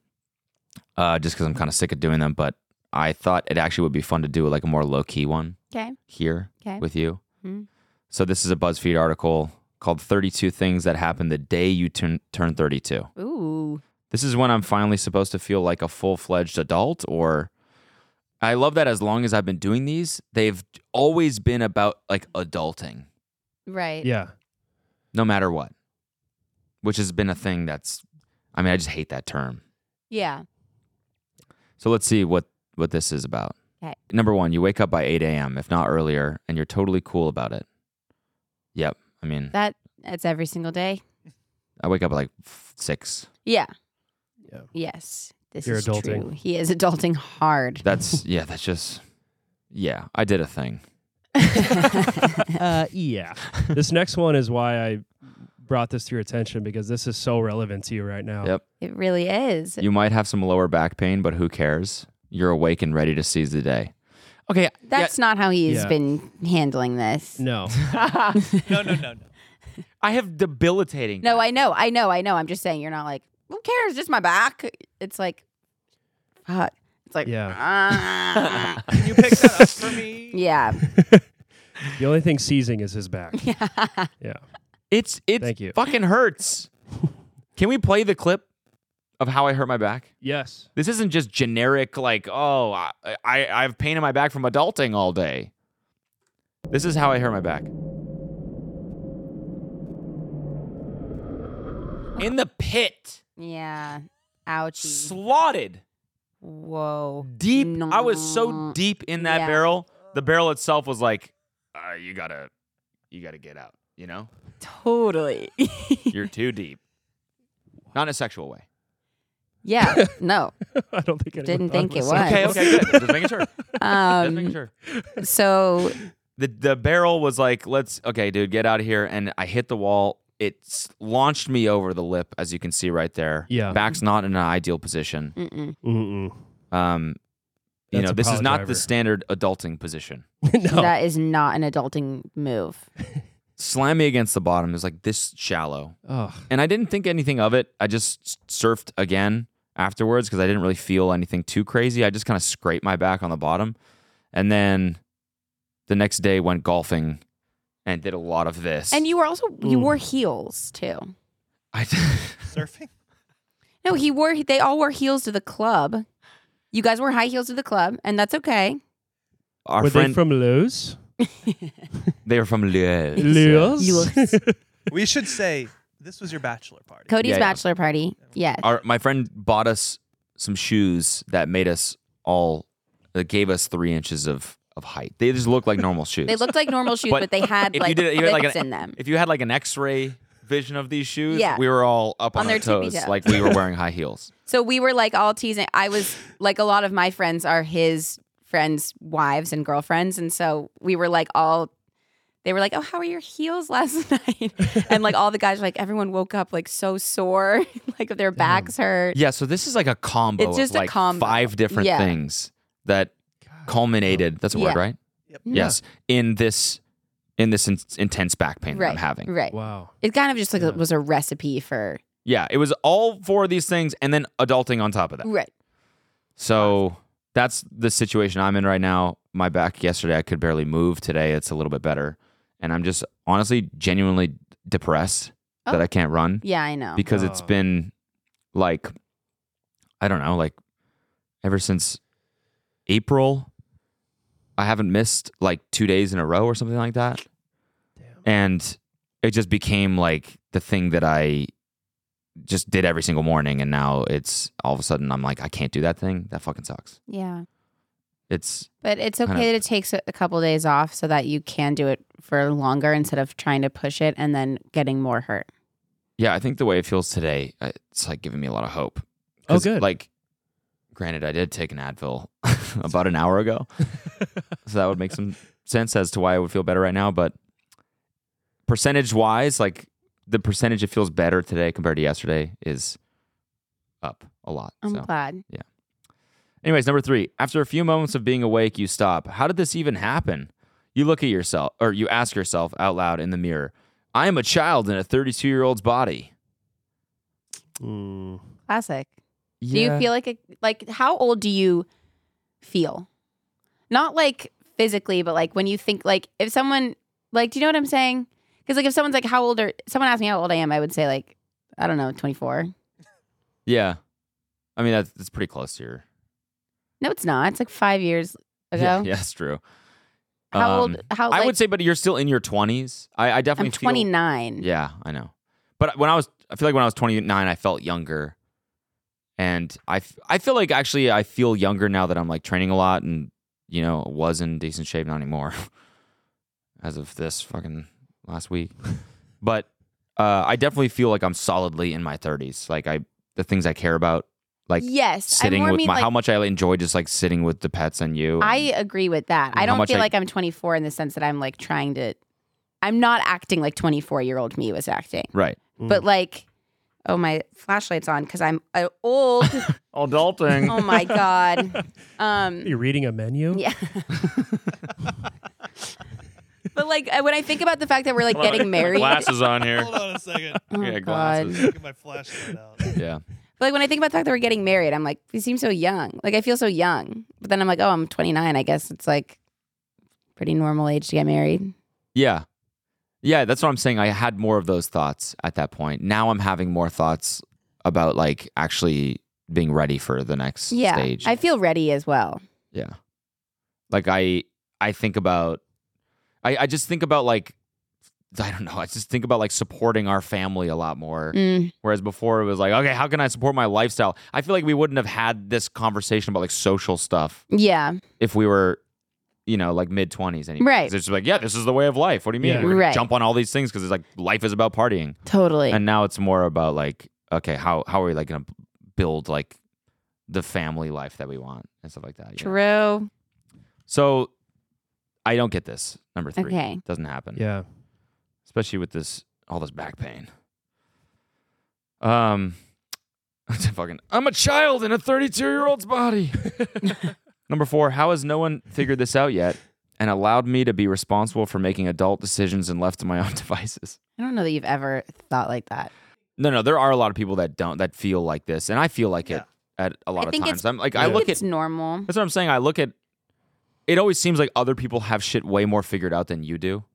S1: uh just cuz I'm kind of sick of doing them, but I thought it actually would be fun to do like a more low key one
S5: Okay.
S1: here
S5: Okay.
S1: with you.
S5: Mhm.
S1: So this is a BuzzFeed article called 32 Things That Happen the Day You Turn, turn 32.
S5: Ooh.
S1: This is when I'm finally supposed to feel like a full fledged adult, or I love that as long as I've been doing these, they've always been about like adulting,
S5: Right.
S2: Yeah.
S1: no matter what, which has been a thing that's, I mean, I just hate that term.
S5: Yeah.
S1: So let's see what what this is about.
S5: 'Kay.
S1: Number one, you wake up by 8 a.m. if not earlier, and you're totally cool about it. Yep. I mean,
S5: That that's every single day.
S1: I wake up at like f- six.
S5: Yeah.
S2: Yeah.
S5: Yes. This
S2: You're
S5: is
S2: adulting.
S5: true. He is adulting hard.
S1: That's yeah. That's just yeah. I did a thing.
S7: Uh, yeah.
S2: this next one is why I brought this to your attention because this is so relevant to you right now.
S1: Yep.
S5: it really is.
S1: You might have some lower back pain, but who cares? You're awake and ready to seize the day. Okay.
S5: That's not how he's
S2: Yeah.
S5: been handling this.
S2: No.
S6: no, no, no, no.
S1: I have debilitating.
S5: No, I know, I know, I know. I'm just saying you're not like, who cares? Just my back. It's like fuck. It's like
S2: Yeah.
S5: ah.
S6: Can you pick that up for me?
S5: yeah.
S2: The only thing seizing is his back.
S5: Yeah.
S2: Yeah.
S1: It's it's
S2: Thank you.
S1: fucking hurts. Can we play the clip of how I hurt my back?
S2: Yes.
S1: This isn't just generic like oh I I, I have pain in my back from adulting all day. This is how I hurt my back. In the pit,
S5: Yeah. Ouchie.
S1: slotted.
S5: Whoa.
S1: deep.
S5: No.
S1: I was so deep in that
S5: Yeah.
S1: barrel. The barrel itself was like, uh, you gotta, you gotta get out. You know,
S5: Totally.
S1: you're too deep. Not in a sexual way.
S5: yeah. No.
S2: I don't think anyone
S5: Didn't
S2: thought
S5: think it
S2: was.
S1: Okay,
S5: Nice.
S1: okay, good. Just making sure. Just making
S5: Um,
S1: sure.
S5: so
S1: The the barrel was like, let's, okay, dude, get out of here. And I hit the wall. It s- launched me over the lip, as you can see right there.
S2: Yeah.
S1: back's not in an ideal position.
S5: mm-mm.
S2: Mm-mm.
S1: Um, you
S2: That's
S1: know,
S2: a
S1: this is
S2: power
S1: not
S2: driver.
S1: the standard adulting position.
S2: no.
S5: that is not an adulting move.
S1: Slam me against the bottom. It was like this shallow.
S2: Ugh.
S1: and I didn't think anything of it. I just surfed again afterwards because I didn't really feel anything too crazy. I just kind of scraped my back on the bottom, and then the next day went golfing and did a lot of this.
S5: And you were also you
S2: Mm.
S5: wore heels too.
S1: I,
S6: Surfing?
S5: No, he wore they all wore heels to the club. You guys wore high heels to the club, and that's okay.
S1: our
S2: Were
S1: friend,
S2: they from Lowe's?
S1: they were from Lille.
S2: Lowe's.
S5: Lowe's.
S6: We should say this was your bachelor party.
S5: Cody's
S1: Yeah, yeah.
S5: bachelor party. Yes.
S1: Our my friend bought us some shoes that made us all that gave us three inches of of height. They just look like normal shoes.
S5: They looked like normal shoes,
S1: But
S5: but, they
S1: if
S5: had
S1: you
S5: like
S1: did it- you had, like,
S5: clips
S1: an-
S5: in them.
S1: if you had like an X-ray vision of these shoes,
S5: Yeah.
S1: we were all up on,
S5: On
S1: our
S5: their tippy
S1: toes,
S5: toes.
S1: like we were wearing high heels.
S5: So we were like all teasing. I was like a lot of my friends are his friends' wives and girlfriends, and so we were like all. They were like, "Oh, how were your heels last night?" and like all the guys, were like everyone woke up like so sore, like their backs hurt.
S1: Yeah, so this is like a combo.
S5: It's just
S1: of
S5: a
S1: like
S5: combo.
S1: Five different
S5: Yeah.
S1: things that culminated. That's a word,
S5: Yeah.
S1: right?
S6: Yep.
S5: Yeah.
S1: Yes, in this in this in- intense back pain that
S5: right,
S1: I'm having.
S5: right.
S2: Wow.
S5: It kind of just like
S2: Yeah.
S5: was a recipe for
S1: Yeah, it was all four of these things, and then adulting on top of that.
S5: right.
S1: So that's the situation I'm in right now. My back yesterday, I could barely move. Today, it's a little bit better, and I'm just honestly genuinely depressed
S5: Oh.
S1: that I can't run.
S5: Yeah, I know.
S1: because it's
S2: Oh.
S1: been like I don't know, like ever since April, I haven't missed like two days in a row or something like that.
S2: Damn.
S1: And it just became like the thing that I just did every single morning, and now it's all of a sudden I'm like, I can't do that thing. That fucking sucks.
S5: Yeah.
S1: It's
S5: But it's
S1: Kind
S5: okay that it takes a a couple days off so that you can do it for longer instead of trying to push it and then getting more hurt.
S1: yeah, I think the way it feels today, uh, it's like giving me a lot of hope.
S2: Oh,
S1: 'Cause,
S2: good.
S1: Like, granted, I did take an Advil about an hour ago, so that would make some sense as to why I would feel better right now. But percentage wise, like the percentage it feels better today compared to yesterday is up a lot.
S5: I'm
S1: so.
S5: glad.
S1: Anyways, number three, after a few moments of being awake, you stop. How did this even happen? You look at yourself, or you ask yourself out loud in the mirror, I am a child in a 32 year old's body.
S2: Mm.
S5: Classic. Do you feel like a, like how old do you feel? Not like physically, but like when you think like if someone like do you know what I'm saying? Because like if someone's like how old are someone asked me how old I am, I would say like I don't know, 24.
S1: Yeah. I mean, that's, that's pretty close to your.
S5: No, it's not. It's like five years ago.
S1: Yeah, yeah, that's true. Um,
S5: How old? How
S1: I
S5: like,
S1: would say, but you're still in your 20s. I, I definitely
S5: I'm
S1: feel-
S5: 29.
S1: Yeah, I know. But when I was, I feel like when I was 29, I felt younger. And I, f- I feel like actually I feel younger now that I'm like training a lot and, you know, was in decent shape, not anymore as of this fucking last week. but uh, I definitely feel like I'm solidly in my 30s. Like I, the things I care about, like
S5: yes,
S1: sitting
S5: I more
S1: with
S5: mean
S1: my,
S5: like
S1: how much I enjoy just like sitting with the pets and you. and-
S5: I agree with that.
S1: How
S5: I don't
S1: much
S5: feel
S1: I-
S5: like I'm 24 in the sense that I'm like trying to. I'm not acting like 24 year old me was acting,
S1: right.
S5: but like, oh my flashlight's on because I'm uh, old.
S1: Adulting.
S5: oh my god. Um,
S2: You're reading a menu.
S5: Yeah. but like I- when I think about the fact that we're like getting married,
S3: Glasses on here.
S6: Hold on a second.
S5: oh
S1: Yeah,
S5: god.
S1: glasses.
S5: But
S6: Get my flashlight out.
S1: yeah.
S5: like when I think about the fact that we're getting married, I'm like, we seem so young. Like I feel so young, but then I'm like, oh, I'm 29. I guess it's like pretty normal age to get married.
S1: Yeah. Yeah, that's what I'm saying. I had more of those thoughts at that point. Now I'm having more thoughts about like actually being ready for the next
S5: Yeah,
S1: stage.
S5: I feel ready as well.
S1: yeah. Like I I think about I, I just think about like I don't know. I just think about like supporting our family a lot more.
S5: Mm,
S1: Whereas before it was like, okay, how can I support my lifestyle? I feel like we wouldn't have had this conversation about like social stuff
S5: yeah,
S1: if we were, you know, like mid twenties anyway.
S5: Right.
S1: 'Cause It's just like, yeah, this is the way of life. What do you mean?
S2: Yeah.
S1: We're gonna
S5: Right.
S1: Jump on all these things because it's like life is about partying,
S5: totally.
S1: and now it's more about like, okay, how how are we like gonna build like the family life that we want and stuff like that. yeah.
S5: True.
S1: So I don't get this number three.
S5: Okay.
S1: Doesn't happen.
S2: Yeah.
S1: Especially with this all this back pain. Um. Fucking, I'm a child in a 32 year old's body. Number four, how has no one figured this out yet and allowed me to be responsible for making adult decisions and left to my own devices?
S5: I don't know that you've ever thought like that.
S1: No, no, there are a lot of people that don't, that feel like this. And I feel like it at a lot
S5: I
S1: of
S5: think
S1: times.
S5: it's-
S1: I'm like,
S5: I
S1: I
S5: think
S1: look at,
S5: it's normal.
S1: that's what I'm saying. I look at, it always seems like other people have shit way more figured out than you do.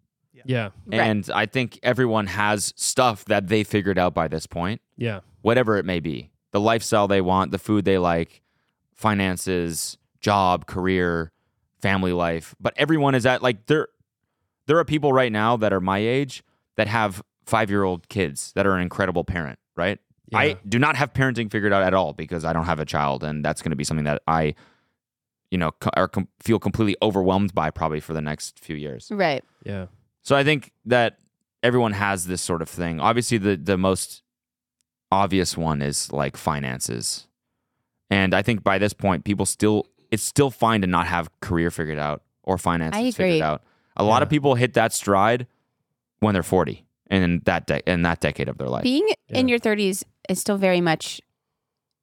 S2: Yeah.
S5: Right.
S1: And I think everyone has stuff that they figured out by this point.
S2: Yeah.
S1: whatever it may be the lifestyle they want, the food they like, finances, job, career, family life. But everyone is at like there there are people right now that are my age that have 5-year-old kids that are an incredible parent, right?
S2: Yeah.
S1: I do not have parenting figured out at all because I don't have a child and that's going to be something that I you know, co- or com- feel completely overwhelmed by probably for the next few years.
S5: Right.
S2: Yeah.
S1: So I think that everyone has this sort of thing. Obviously, the the most obvious one is like finances, and I think by this point, people still it's still fine to not have career figured out or finances
S5: I agree.
S1: figured out. A lot of
S2: Yeah.
S1: people hit that stride when they're forty and in that de- in that decade of their life.
S5: Being in
S2: Yeah.
S5: your 30s is still very much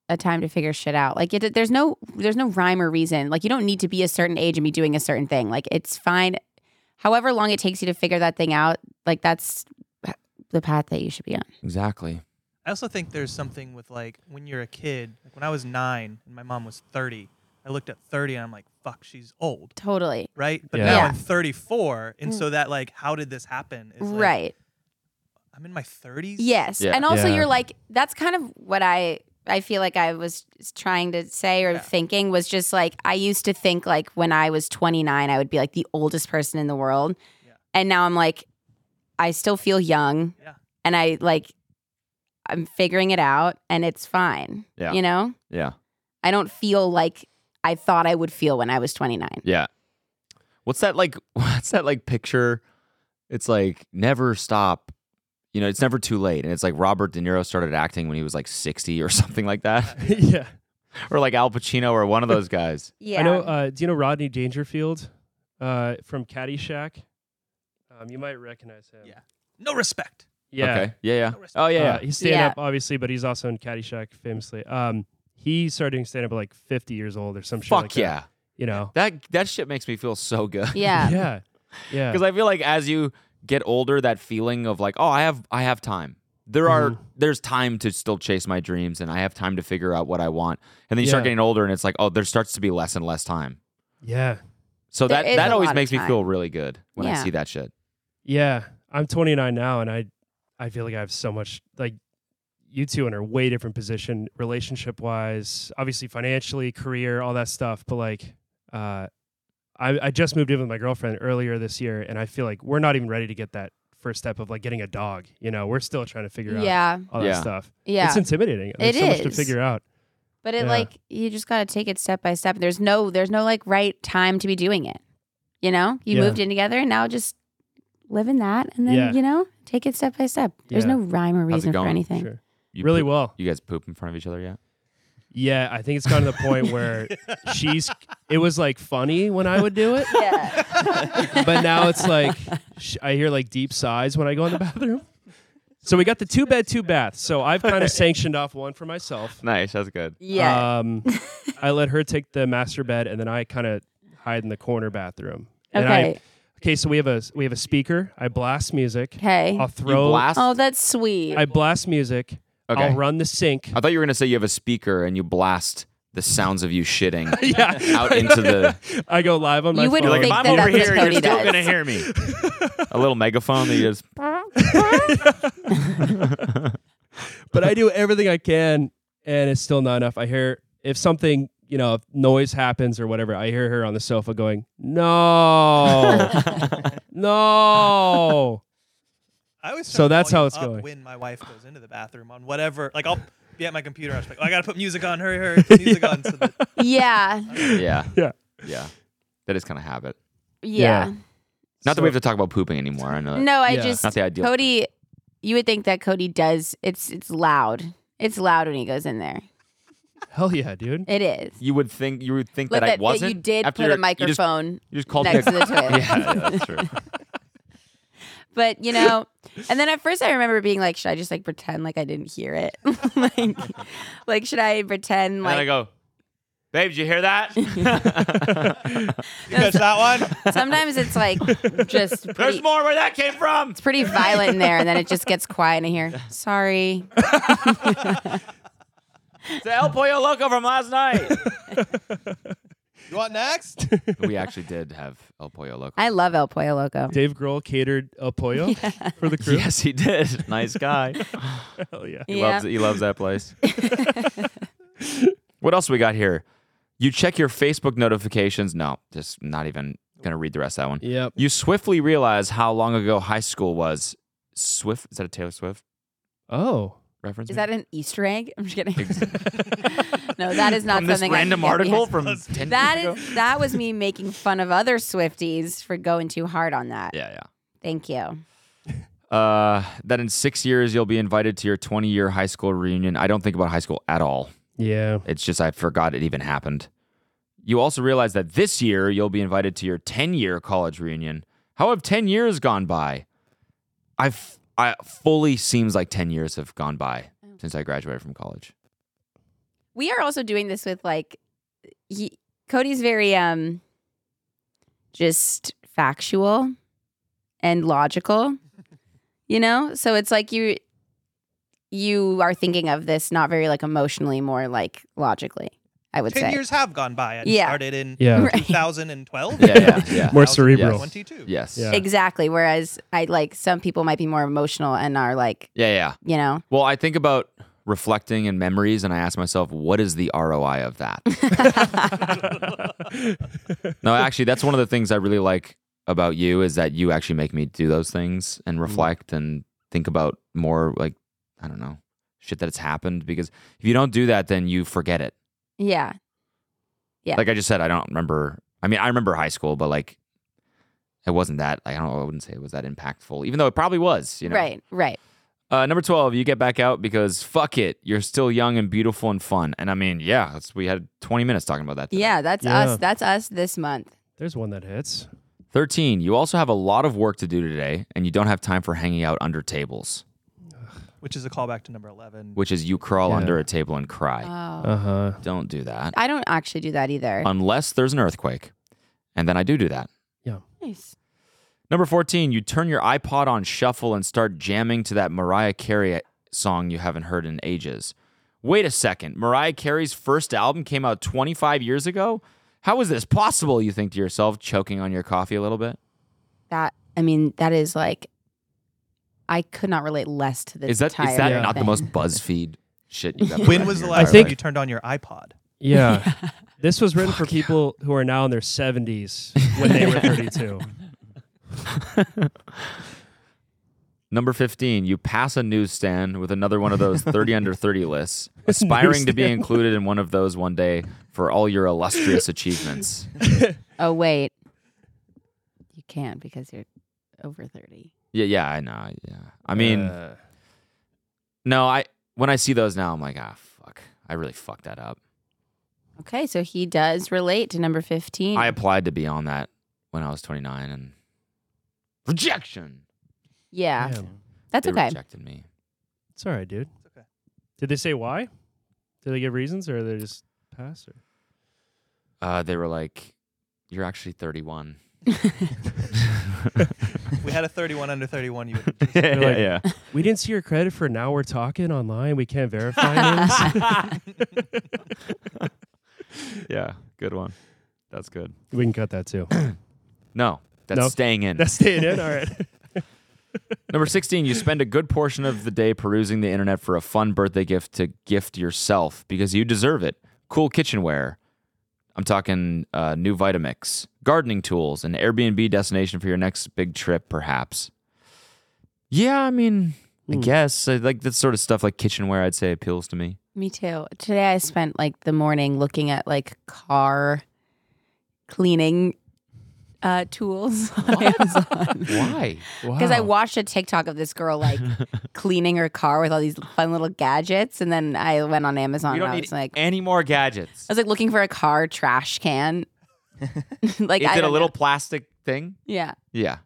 S5: a time to figure shit out. Like it, there's no there's no rhyme or reason. Like you don't need to be a certain age and be doing a certain thing. Like it's fine however long it takes you to figure that thing out. Like that's the path that you should be on.
S1: exactly.
S6: I also think there's something with like when you're a kid. Like when I was nine and my mom was 30, I looked at 30 and I'm like, fuck, she's old,
S5: Totally.
S6: right? But
S2: Yeah.
S6: now
S5: Yeah.
S6: I'm 34, and
S5: Mm.
S6: so that like, how did this happen? Is like,
S5: right.
S6: I'm in my 30s.
S5: Yes.
S1: Yeah.
S5: And also
S2: Yeah.
S5: you're like that's kind of what I I feel like I was trying to say or
S6: Yeah.
S5: thinking was just like I used to think like when I was 29 I would be like the oldest person in the world.
S6: Yeah.
S5: And now I'm like I still feel young.
S6: Yeah.
S5: and I like I'm figuring it out and it's fine.
S1: Yeah.
S5: You know?
S1: Yeah.
S5: I don't feel like I thought I would feel when I was 29.
S1: Yeah. What's that like? What's that like picture? It's like never stop. You know, it's never too late. And it's like Robert De Niro started acting when he was like 60 or something like that,
S2: yeah.
S1: or like Al Pacino or one of those guys.
S5: Yeah.
S2: I know. Uh, do you know Rodney Dangerfield uh, from Caddyshack? Um, you might recognize him.
S6: Yeah. No respect.
S2: Yeah.
S1: Okay. Yeah. Yeah.
S6: respect.
S1: Oh, yeah.
S2: Uh,
S1: yeah.
S2: he's stand
S5: Yeah.
S2: up, obviously, but he's also in Caddyshack famously. Um, he started doing stand up at like 50 years old or some shit.
S1: Fuck
S2: like that,
S1: yeah.
S2: you know?
S1: That that shit makes me feel so good.
S5: yeah.
S2: Yeah. Yeah.
S1: Because I feel like as you get older, that feeling of like, oh, I have I have time. There are
S2: Mm-hmm.
S1: there's time to still chase my dreams, and I have time to figure out what I want. And then you start
S2: Yeah.
S1: getting older, and it's like, oh, there starts to be less and less time.
S2: yeah.
S1: So
S5: There
S1: that
S5: is
S1: that
S5: a
S1: always
S5: lot of
S1: makes me
S5: time.
S1: feel really good when I
S5: Yeah.
S1: see that shit.
S2: Yeah. I'm 29 now and I I feel like I have so much like you two in a way different position relationship wise, obviously financially, career, all that stuff, but like uh I I just moved in with my girlfriend earlier this year and I feel like we're not even ready to get that first step of like getting a dog, you know. We're still trying to figure out
S5: Yeah.
S2: all that
S1: Yeah.
S2: stuff.
S5: Yeah.
S2: It's intimidating. There's
S5: It
S2: so much to
S5: is.
S2: figure out.
S5: but it
S2: yeah.
S5: like you just got to take it step by step. There's no there's no like right time to be doing it. You know? You
S2: Yeah.
S5: moved in together and now just live in that and then,
S2: Yeah.
S5: you know, take it step by step. There's
S2: Yeah.
S5: no rhyme or
S1: How's it
S5: reason for
S1: going?
S5: anything.
S2: Sure.
S1: You
S2: really
S1: poop-
S2: well.
S1: You guys poop in front of each other yet?
S2: Yeah, I think it's gotten to the point where she's it was like funny when I would do it.
S5: Yeah.
S2: but now it's like sh- I hear like deep sighs when I go in the bathroom. So we got the two bed, two bath. So I've kind of sanctioned off one for myself.
S1: Nice. That's good.
S5: yeah.
S2: Um, I let her take the master bed, and then I kind of hide in the corner bathroom. And I-
S5: Okay.
S2: okay. So we have a we have a speaker. I blast music.
S5: okay.
S2: I'll
S1: You
S2: throw.
S1: blast.
S5: Oh, that's sweet.
S2: I blast music.
S1: Okay.
S2: I'll run the sink.
S1: I thought you were gonna say you have a speaker and you blast the sounds of you shitting
S2: yeah.
S1: out into the.
S2: I go live on my
S5: You wouldn't
S2: phone.
S5: Like, if think I'm that over that's here, what you're Cody still does. gonna
S1: hear me. a little megaphone that you just.
S2: but I do everything I can, and it's still not enough. I hear if something, you know, if noise happens or whatever, I hear her on the sofa going, "No, no."
S6: I always try
S2: So
S6: to
S2: that's
S6: volume
S2: how it's
S6: up
S2: going.
S6: When my wife goes into the bathroom on whatever, like I'll be at my computer. I'll just be like, oh, I gotta put music on. Hurry, hurry, put music on. So that,
S5: yeah.
S1: Yeah.
S2: Yeah.
S1: Yeah. That is kind of habit.
S5: Yeah.
S1: Not that we have
S2: So-
S1: to talk about pooping anymore. I know.
S5: No, I
S2: Yeah.
S5: just
S1: Not the ideal.
S5: Cody. You would think that Cody does. It's it's loud. It's loud when he goes in there.
S2: Hell yeah, dude.
S5: It is.
S1: You would think you would think
S5: But
S1: that, I
S5: that, that
S1: wasn't.
S5: you did
S1: after
S5: put a
S1: You just,
S5: microphone
S1: you just called
S5: next
S1: me.
S5: to
S1: a-
S5: the toilet.
S1: yeah, yeah, that's true.
S5: But you know, and then at first I remember being like, should I just like pretend like I didn't hear it? like, like should I pretend
S1: and then I
S5: like?
S1: go, babe, did you hear that?
S6: you catch that one?
S5: sometimes it's like just
S1: There's
S5: pretty,
S1: more where that came from.
S5: pretty violent in there, and then it just gets quiet, and I hear sorry.
S1: It's the El Pollo Loco from last night.
S6: You want next?
S1: we actually did have El Pollo Loco.
S5: I love El Pollo Loco.
S2: Dave Grohl catered a pollo for the crew.
S1: Yes, he did. Nice guy.
S2: Hell yeah.
S1: He
S5: Yeah.
S1: loves he loves that place. what else we got here? You check your Facebook notifications. No, just not even gonna read the rest of that one.
S2: Yep.
S1: You swiftly realize how long ago high school was. Swift is that a Taylor Swift
S2: Oh.
S1: reference?
S5: Is
S1: maybe?
S5: that an Easter egg? I'm just kidding. no, that is not
S1: from this
S5: something. I-
S1: random
S5: yeah,
S1: article
S5: yes.
S1: from ten
S5: That
S1: years ago?
S5: is that was me making fun of other Swifties for going too hard on that.
S1: Yeah, yeah.
S5: Thank you.
S1: Uh, that in six years you'll be invited to your 20 year high school reunion. I don't think about high school at all.
S2: Yeah.
S1: It's just I forgot it even happened. You also realize that this year you'll be invited to your 10 year college reunion. How have 10 years gone by? I've I fully seems like 10 years have gone by since I graduated from college.
S5: We are also doing this with like he, Cody's very um just factual and logical. You know? So it's like you you are thinking of this not very like emotionally, more like logically, I would
S6: Ten
S5: say.
S6: years have gone by. I
S5: Yeah.
S6: started in
S2: Yeah.
S5: Right.
S6: 2012.
S1: Yeah, yeah, yeah.
S2: More cerebral.
S6: 22.
S1: Yes.
S2: Yeah.
S5: Exactly. Whereas I like some people might be more emotional and are like,
S1: Yeah, yeah.
S5: you know,
S1: Well, I think about reflecting and memories and I ask myself, what is the ROI of that? no, actually that's one of the things I really like about you is that you actually make me do those things and reflect and think about more like I don't know shit that's happened because if you don't do that, then you forget it.
S5: Yeah. Yeah.
S1: Like I just said, I don't remember. I mean, I remember high school, but like it wasn't that. I don't. I wouldn't say it was that impactful, even though it probably was. You know,
S5: Right. Right.
S1: Uh, number 12, you get back out because fuck it. You're still young and beautiful and fun. And I mean, yeah, that's, we had 20 minutes talking about that. today.
S5: Yeah. That's
S2: Yeah.
S5: us. That's us this month.
S2: There's one that hits.
S1: 13, you also have a lot of work to do today and you don't have time for hanging out under tables,
S6: which is a callback to number eleven.
S1: which is you crawl
S2: Yeah.
S1: under a table and cry.
S5: Oh.
S2: Uh huh.
S1: don't do that
S5: I don't actually do that either.
S1: unless there's an earthquake. And then I do do that.
S5: Nice.
S1: Number 14, you turn your iPod on shuffle and start jamming to that Mariah Carey song you haven't heard in ages. Wait a second. Mariah Carey's first album came out 25 years ago? How is this possible? You think to yourself, choking on your coffee a little bit.
S5: That I mean, that is like I could not relate less to this.
S1: is that is
S5: entire
S1: that
S2: Yeah.
S1: not the
S5: thing.
S1: most BuzzFeed shit you've ever
S6: When
S1: heard
S6: was
S1: in
S6: the
S1: your
S6: last
S1: entire
S6: time you
S1: life?
S6: turned on your iPod?
S2: Yeah. This was written for people who are now in their 70s when they were 32.
S1: Number 15, you pass a newsstand with another one of those 30 under 30 lists, aspiring to be
S2: Newsstand.
S1: included in one of those one day for all your illustrious achievements.
S5: Oh wait. You can't because you're over thirty.
S1: Yeah, yeah, I know. Yeah. I mean,
S2: Uh,
S1: No, I when I see those now, I'm like, ah, fuck, I really fucked that up.
S5: Okay, so he does relate to number fifteen.
S1: I applied to be on that when I was 29, and rejection.
S5: yeah,
S2: damn.
S5: that's
S1: they
S5: okay.
S1: Rejected me.
S2: It's all right, dude.
S6: It's okay.
S2: Did they say why? Did they give reasons or they just pass? Or?
S1: Uh, they were like, "You're actually 31."
S6: We had a thirty-one under thirty-one. You would
S1: yeah,
S2: like-
S1: yeah, yeah.
S2: We didn't see your credit for now we're talking online. We can't verify names.
S1: yeah, good one. That's good.
S2: we can cut that too.
S1: No, that's
S2: No.
S1: staying in.
S2: That's staying in. All right.
S1: Number 16, you spend a good portion of the day perusing the internet for a fun birthday gift to gift yourself because you deserve it. Cool kitchenware. I'm talking uh, new Vitamix, gardening tools, an Airbnb destination for your next big trip, perhaps. Yeah, I mean,
S5: Hmm.
S1: I guess I like that sort of stuff, like kitchenware, I'd say appeals to me.
S5: Me too. Today I spent like the morning looking at like car cleaning uh, tools on Amazon.
S1: Why?
S5: Because I watched a TikTok of this girl like cleaning her car with all these fun little gadgets, and then I went on Amazon
S1: We
S5: and
S1: don't
S5: I
S1: need
S5: was like, I
S1: any more gadgets.
S5: was like looking for a car trash can. like
S1: Is
S5: I
S1: it a
S5: don't
S1: little
S5: know.
S1: plastic thing?
S5: Yeah,
S1: Yeah.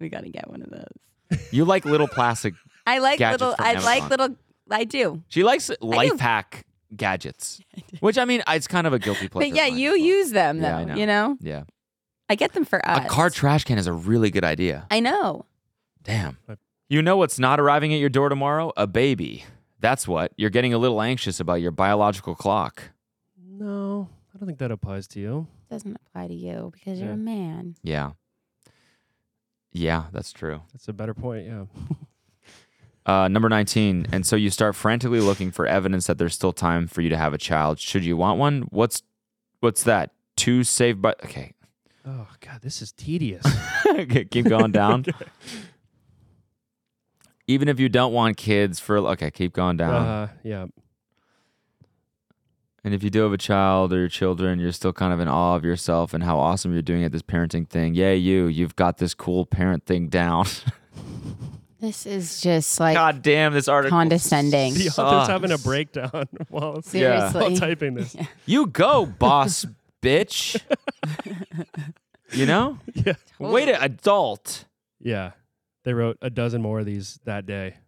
S5: we gotta get one of those.
S1: You like little plastic.
S5: I like
S1: Gadget
S5: little.
S1: from
S5: I
S1: Amazon.
S5: like little. I do.
S1: She likes life
S5: do.
S1: hack gadgets, which I mean, it's kind of a guilty pleasure.
S5: but yeah,
S1: of mine
S5: you
S1: as well.
S5: use them though.
S1: Yeah, I know.
S5: You know,
S1: Yeah,
S5: I get them for us.
S1: a car trash can is a really good idea.
S5: I know.
S1: Damn.
S2: I-
S1: You know what's not arriving at your door tomorrow? A baby. That's what. You're getting a little anxious about your biological clock.
S2: No, I don't think that applies to you.
S5: doesn't apply to you because you're
S2: Yeah.
S5: a man.
S1: Yeah. Yeah, that's true.
S2: That's a better point. Yeah.
S1: Uh, number 19. And so you start frantically looking for evidence that there's still time for you to have a child. Should you want one? What's what's that? Two saved by Okay.
S2: Oh God, this is tedious.
S1: Okay, keep going down. Even if you don't want kids for okay, keep going down.
S2: Uh, yeah.
S1: And if you do have a child or your children, you're still kind of in awe of yourself and how awesome you're doing at this parenting thing. Yay, you, you've got this cool parent thing down.
S5: This is just like
S1: God damn, this article.
S5: condescending.
S2: The
S1: Sucks.
S2: author's having a breakdown while,
S1: yeah.
S5: seriously.
S2: while typing this.
S1: You go, boss, bitch. you know?
S2: Yeah.
S1: Wait, a adult.
S2: Yeah. They wrote a dozen more of these that day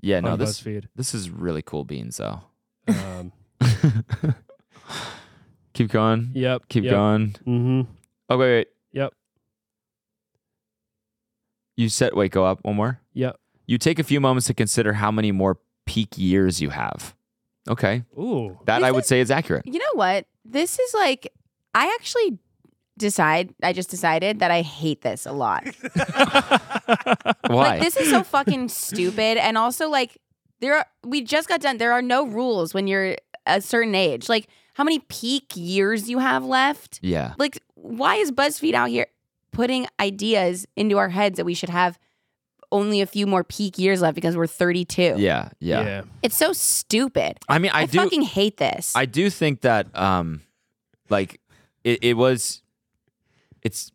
S1: Yeah, no,
S2: on
S1: this
S2: BuzzFeed.
S1: this is really cool beans though.
S2: Um,
S1: Keep going.
S2: yep.
S1: Keep
S2: yep.
S1: going.
S2: Mm-hmm.
S1: Oh wait, wait.
S2: Yep.
S1: You said wait, go up one more.
S2: Yep.
S1: You take a few moments to consider how many more peak years you have. Okay.
S2: Ooh.
S1: That
S5: This
S1: I would
S5: is-
S1: say is accurate.
S5: You know what? This is like I actually decide I just decided that I hate this a lot.
S1: Why?
S5: Like this is so fucking stupid and also like there are, we just got done there are no rules when you're a certain age. Like how many peak years you have left?
S1: yeah.
S5: Like why is BuzzFeed out here putting ideas into our heads that we should have only a few more peak years left because we're 32.
S1: yeah, yeah.
S5: It's so stupid.
S1: I mean, I,
S5: I,
S1: do.
S5: fucking hate this.
S1: I do think that um like it, it was it's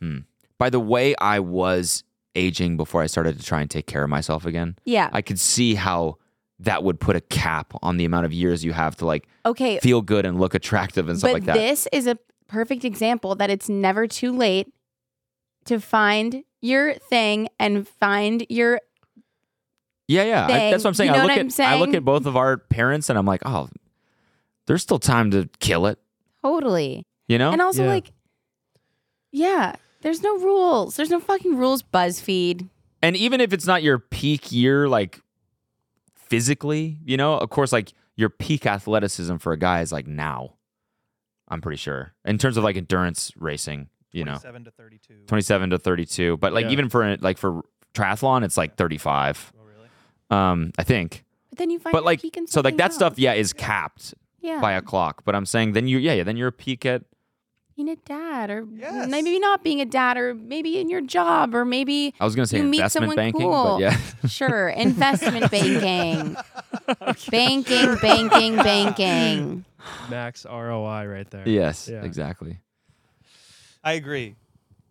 S1: hmm. by the way I was aging before I started to try and take care of myself again,
S5: yeah.
S1: I could see how that would put a cap on the amount of years you have to like
S5: okay.
S1: feel good and look attractive and stuff
S5: but
S1: like that.
S5: this is a perfect example that it's never too late to find your thing and find your
S1: yeah, yeah. I, that's what I'm
S5: thing.
S1: saying.
S5: You know
S1: I look
S5: what
S1: at
S5: I'm
S1: I look
S5: saying?
S1: at both of our parents and I'm like, "Oh, there's still time to kill it."
S5: totally.
S1: You know?
S5: And also
S2: Yeah.
S5: like yeah, there's no rules. There's no fucking rules BuzzFeed.
S1: and even if it's not your peak year like physically you know of course like your peak athleticism for a guy is like now i'm pretty sure in terms of like endurance racing you know
S6: seven to thirty-two.
S1: 27 to 32 but like
S2: Yeah.
S1: even for like for triathlon it's like 35
S6: Oh, really?
S1: um i think
S5: But then you find
S1: but
S5: your
S1: like
S5: peak in
S1: so like
S5: something
S1: that stuff
S5: else.
S1: yeah is capped
S5: yeah.
S1: by a clock but i'm saying then you yeah, yeah then you're a peak at
S5: being a dad or
S6: Yes.
S5: maybe not being a dad or maybe in your job or maybe
S1: i was gonna say
S5: You meet
S1: investment
S5: someone
S1: banking but
S5: cool.
S1: yeah
S5: sure investment banking banking banking banking
S2: Max ROI right there.
S1: yes
S2: Yeah.
S1: exactly
S6: I agree.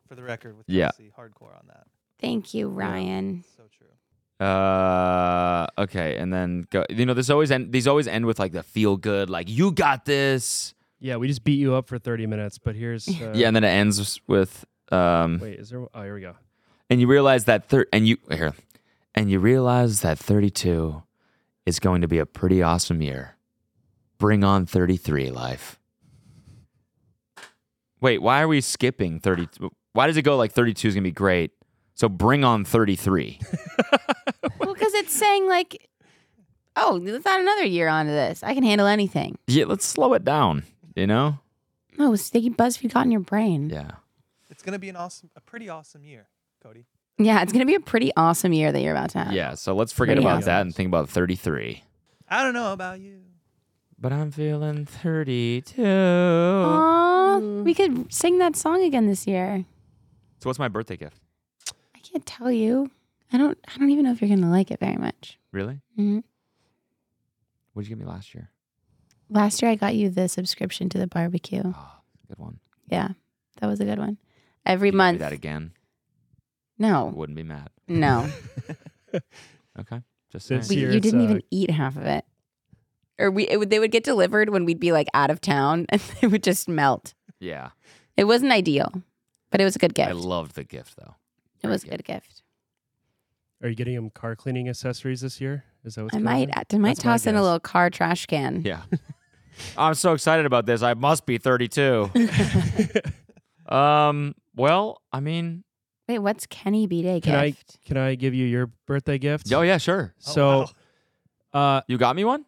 S6: For the record, with
S1: Yeah.
S6: Kelsey, hardcore on that.
S5: thank you ryan
S6: So true.
S1: Uh, okay, and then go. You know, this always end. These always end with like the feel good, like you got this.
S2: Yeah, we just beat you up for 30 minutes, but here's. Uh,
S1: yeah, and then it ends with um,
S2: Wait, is there. Oh, here we go.
S1: and you realize that thir- and you here, and you realize that thirty two is going to be a pretty awesome year. Bring on thirty three, life. Wait, why are we skipping thirty? Why does it go like thirty two is gonna be great? So bring on thirty three.
S5: well because it's saying like oh let's add another year onto this i can handle anything
S1: yeah, let's slow it down. You know?
S5: oh sticky buzzfeed got in your brain yeah.
S1: Yeah.
S6: It's gonna be an awesome, a pretty awesome year, Cody.
S5: it's gonna be a pretty awesome year that you're about to have
S1: Yeah, so let's forget
S5: Pretty
S1: about
S5: awesome.
S1: that and think about 33.
S6: I don't know about you.
S1: But I'm feeling 32.
S5: Aw, we could sing that song again this year
S1: So what's my birthday gift?
S5: i can't tell you i don't i don't even know if you're gonna like it very much
S1: Really?
S5: hmm
S1: What did you give me last year?
S5: Last year, I got you the subscription to the barbecue.
S1: Oh, good one.
S5: Yeah, that was a good one. Every
S1: You could do
S5: month.
S1: that again. I
S5: No,
S1: wouldn't be mad.
S5: no.
S1: Okay. Just
S2: This
S5: We,
S1: saying.
S2: year-
S5: you
S2: it's,
S5: didn't
S2: uh,
S5: even eat half of it. Or we, it, would- they would get delivered when we'd be like out of town, and they would just melt.
S1: Yeah.
S5: It wasn't ideal, but it was a good gift.
S1: I loved the gift though.
S5: it was a good gift.
S2: Are you getting him car cleaning accessories this year? Is that what's
S5: I
S2: going
S5: might,
S2: on?
S5: I might
S2: That's my
S5: toss in a
S2: guess.
S5: little car trash can.
S1: Yeah. I'm so excited about this. I must be 32. um, well, I mean,
S5: Wait, what's Kenny B Day
S2: Can I-
S5: gift?
S2: Can I give you your birthday gift?
S1: oh yeah, sure.
S6: Oh,
S2: So,
S6: wow.
S2: uh,
S1: You got me one?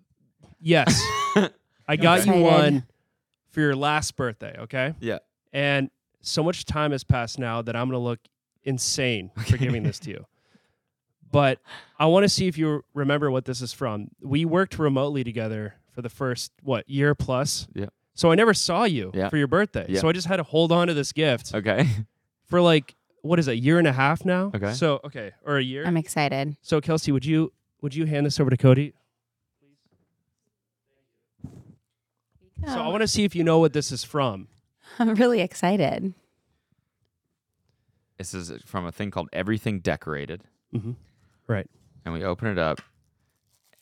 S2: yes, I got you
S5: Excited.
S2: one for your last birthday. Okay.
S1: Yeah.
S2: And so much time has passed now that I'm going to look insane for giving this to you. But I want to see if you remember what this is from. We worked remotely together for the first, what, year plus?
S1: Yeah.
S2: So I never saw you
S1: Yeah.
S2: for your birthday.
S1: Yeah.
S2: So I just had to hold on to this gift
S1: Okay.
S2: for like, what is it, a year and a half now?
S1: Okay.
S2: So, okay, or a year.
S5: I'm excited.
S2: so, Kelsey, would you would you hand this over to Cody?
S5: Oh.
S2: So I want to see if you know what this is from.
S5: I'm really excited.
S1: This is from a thing called Everything Decorated.
S2: Right.
S1: and we open it up.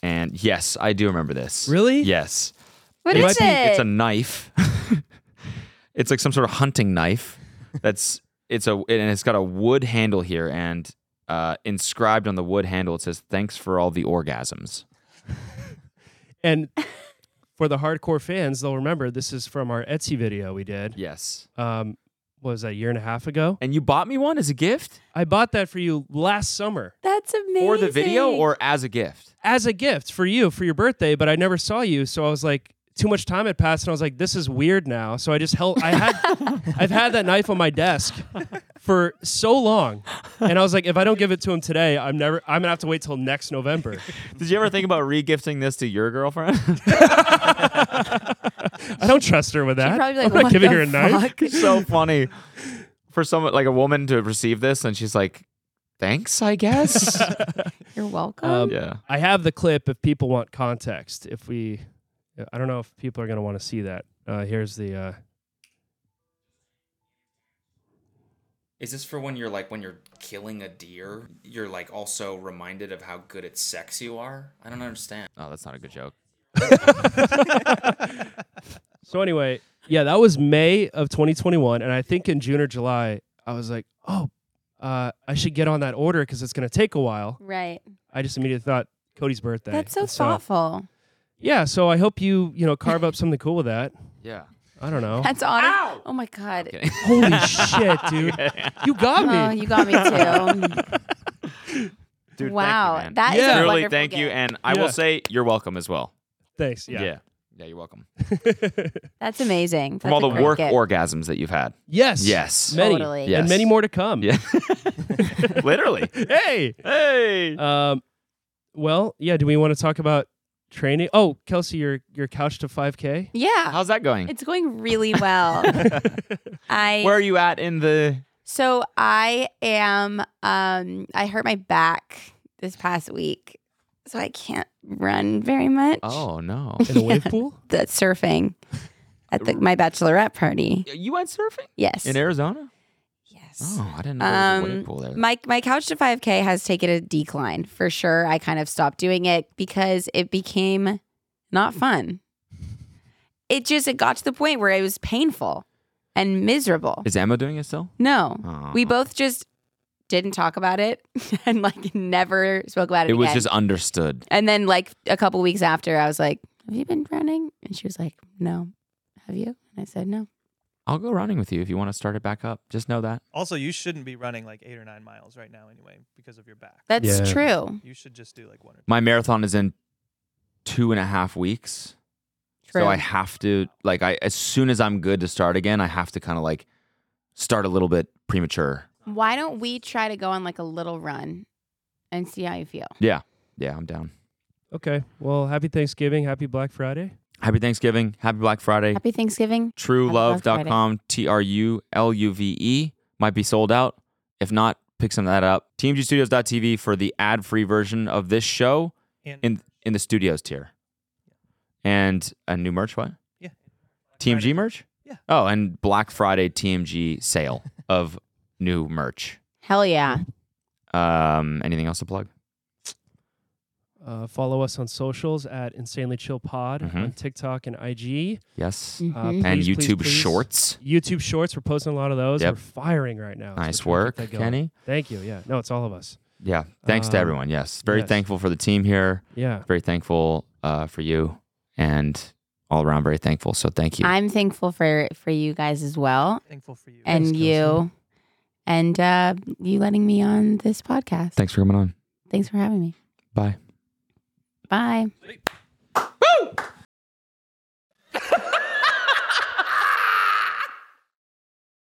S1: And yes, I do remember this.
S2: Really?
S1: Yes.
S5: What
S1: It
S5: is
S1: might be-
S5: it?
S1: It's a knife. it's like some sort of hunting knife. That's it's a and it's got a wood handle here and uh, inscribed on the wood handle it says thanks for all the orgasms.
S2: And for the hardcore fans, they'll remember this is from our Etsy video we did.
S1: Yes.
S2: Um, what was that a year and a half ago?
S1: And you bought me one as a gift?
S2: I bought that for you last summer
S5: That's amazing.
S1: For the video or as a gift?
S2: as a gift for you for your birthday, but I never saw you, so I was like, too much time had passed, and I was like, this is weird now. So I just held. I had, I've had that knife on my desk for so long, and I was like, if I don't give it to him today, I'm never. I'm gonna have to wait till next November.
S1: Did you ever think about regifting this to your girlfriend?
S2: I don't trust her with that.
S5: probably be like,
S2: I'm not
S5: "What
S2: giving
S5: the
S2: her a knife.
S1: so funny for someone like a woman to receive this and she's like thanks, I guess.
S5: You're welcome.
S2: Um,
S1: yeah.
S2: I have the clip if people want context. If we, I don't know if people are going to want to see that. Uh, here's the. Uh,
S8: Is this for when you're like when you're killing a deer, you're like also reminded of how good at sex you are? I don't understand.
S1: Oh, that's not a good joke.
S2: so anyway, yeah, that was May of 2021, and I think in June or July, I was like, oh, uh, I should get on that order because it's going to take a while.
S5: right.
S2: I just immediately thought Cody's birthday.
S5: That's so
S2: And
S5: thoughtful.
S1: oh.
S2: Yeah, so I hope you you know carve up something cool with that.
S1: Yeah.
S2: I don't know.
S5: That's honest. Oh my god.
S1: Okay.
S2: Holy shit, dude! You got me.
S5: Oh, you got me too.
S1: Dude,
S5: Wow,
S1: Thank you, man.
S5: that is
S2: a
S1: Truly,
S5: wonderful
S1: thank you,
S5: gift.
S1: and I
S2: Yeah.
S1: will say you're welcome as well.
S2: Thanks. Yeah.
S1: yeah. Yeah, you're welcome.
S5: That's amazing.
S1: From
S5: That's
S1: all
S5: a
S1: the
S5: great
S1: work
S5: gift.
S1: orgasms that you've had.
S2: Yes.
S1: Yes.
S2: Many.
S5: Totally.
S1: Yes.
S2: And many more to come.
S1: Yeah. Literally.
S2: Hey.
S1: Hey.
S2: Um, well, yeah. Do we want to talk about training? Oh, Kelsey, your your couch to 5K.
S5: Yeah.
S1: How's that going?
S5: It's going really well. I
S1: Where are you at in the
S5: So I am um I hurt my back this past week. So I can't run very much.
S1: Oh no.
S2: In a wave pool.
S5: That's surfing at the, my bachelorette party.
S1: you went surfing?
S5: Yes.
S1: In Arizona?
S5: yes.
S1: Oh, I didn't know there was a
S5: Um,
S1: wave pool there.
S5: My my couch to 5k has taken a decline for sure. I kind of stopped doing it because it became not fun. It just it got to the point where it was painful and miserable.
S1: Is Emma doing it still?
S5: No.
S1: Oh.
S5: We both just didn't talk about it and like never spoke about it,
S1: It was
S5: again.
S1: just understood.
S5: and then like a couple weeks after I was like, "Have you been running?" And she was like, "No." Have you? And I said, "No."
S1: I'll go running with you if you want to start it back up. Just know that.
S6: also, you shouldn't be running like eight or nine miles right now anyway because of your back.
S5: That's
S2: Yeah.
S5: true.
S6: you should just do like one or two.
S1: My marathon is in two and a half weeks.
S5: True.
S1: So I have to like I as soon as I'm good to start again, I have to kind of like start a little bit premature.
S5: Why don't we try to go on like a little run and see how you feel?
S1: Yeah, I'm down.
S2: Okay. Well, happy Thanksgiving. Happy Black Friday.
S1: Happy Thanksgiving. Happy Black Friday.
S5: Happy Thanksgiving.
S1: TrueLove.com, T R U L U V E. Might be sold out. If not, pick some of that up. TMGstudios.tv for the ad free version of this show
S6: And
S1: in in the studios tier. And a new merch, what?
S6: Yeah.
S1: TMG
S6: Friday.
S1: merch?
S6: Yeah.
S1: Oh, and Black Friday TMG sale of new merch.
S5: Hell yeah.
S1: Um, anything else to plug?
S2: Uh, follow us on socials at Insanely Chill Pod
S1: Mhm.
S2: on TikTok and IG.
S1: Yes.
S2: Uh,
S5: Mhm.
S1: and
S2: please, please,
S1: YouTube
S2: please.
S1: Shorts.
S2: YouTube Shorts. We're posting a lot of those.
S1: Yep.
S2: We're firing right now. so
S1: Nice
S2: we're trying
S1: work,
S2: to get that going.
S1: Kenny.
S2: Thank you. Yeah. No, it's all of us.
S1: Yeah. Thanks to
S2: Um,
S1: everyone. Yes. Very
S2: yes.
S1: thankful for the team here.
S2: Yeah.
S1: very thankful uh, for you and all around very thankful. So thank you.
S5: I'm thankful for for you guys as well
S6: thankful for you.
S5: and
S2: Kelsey.
S5: you and uh you letting me on this podcast.
S1: Thanks for coming on.
S5: Thanks for having me.
S1: Bye.
S5: Bye.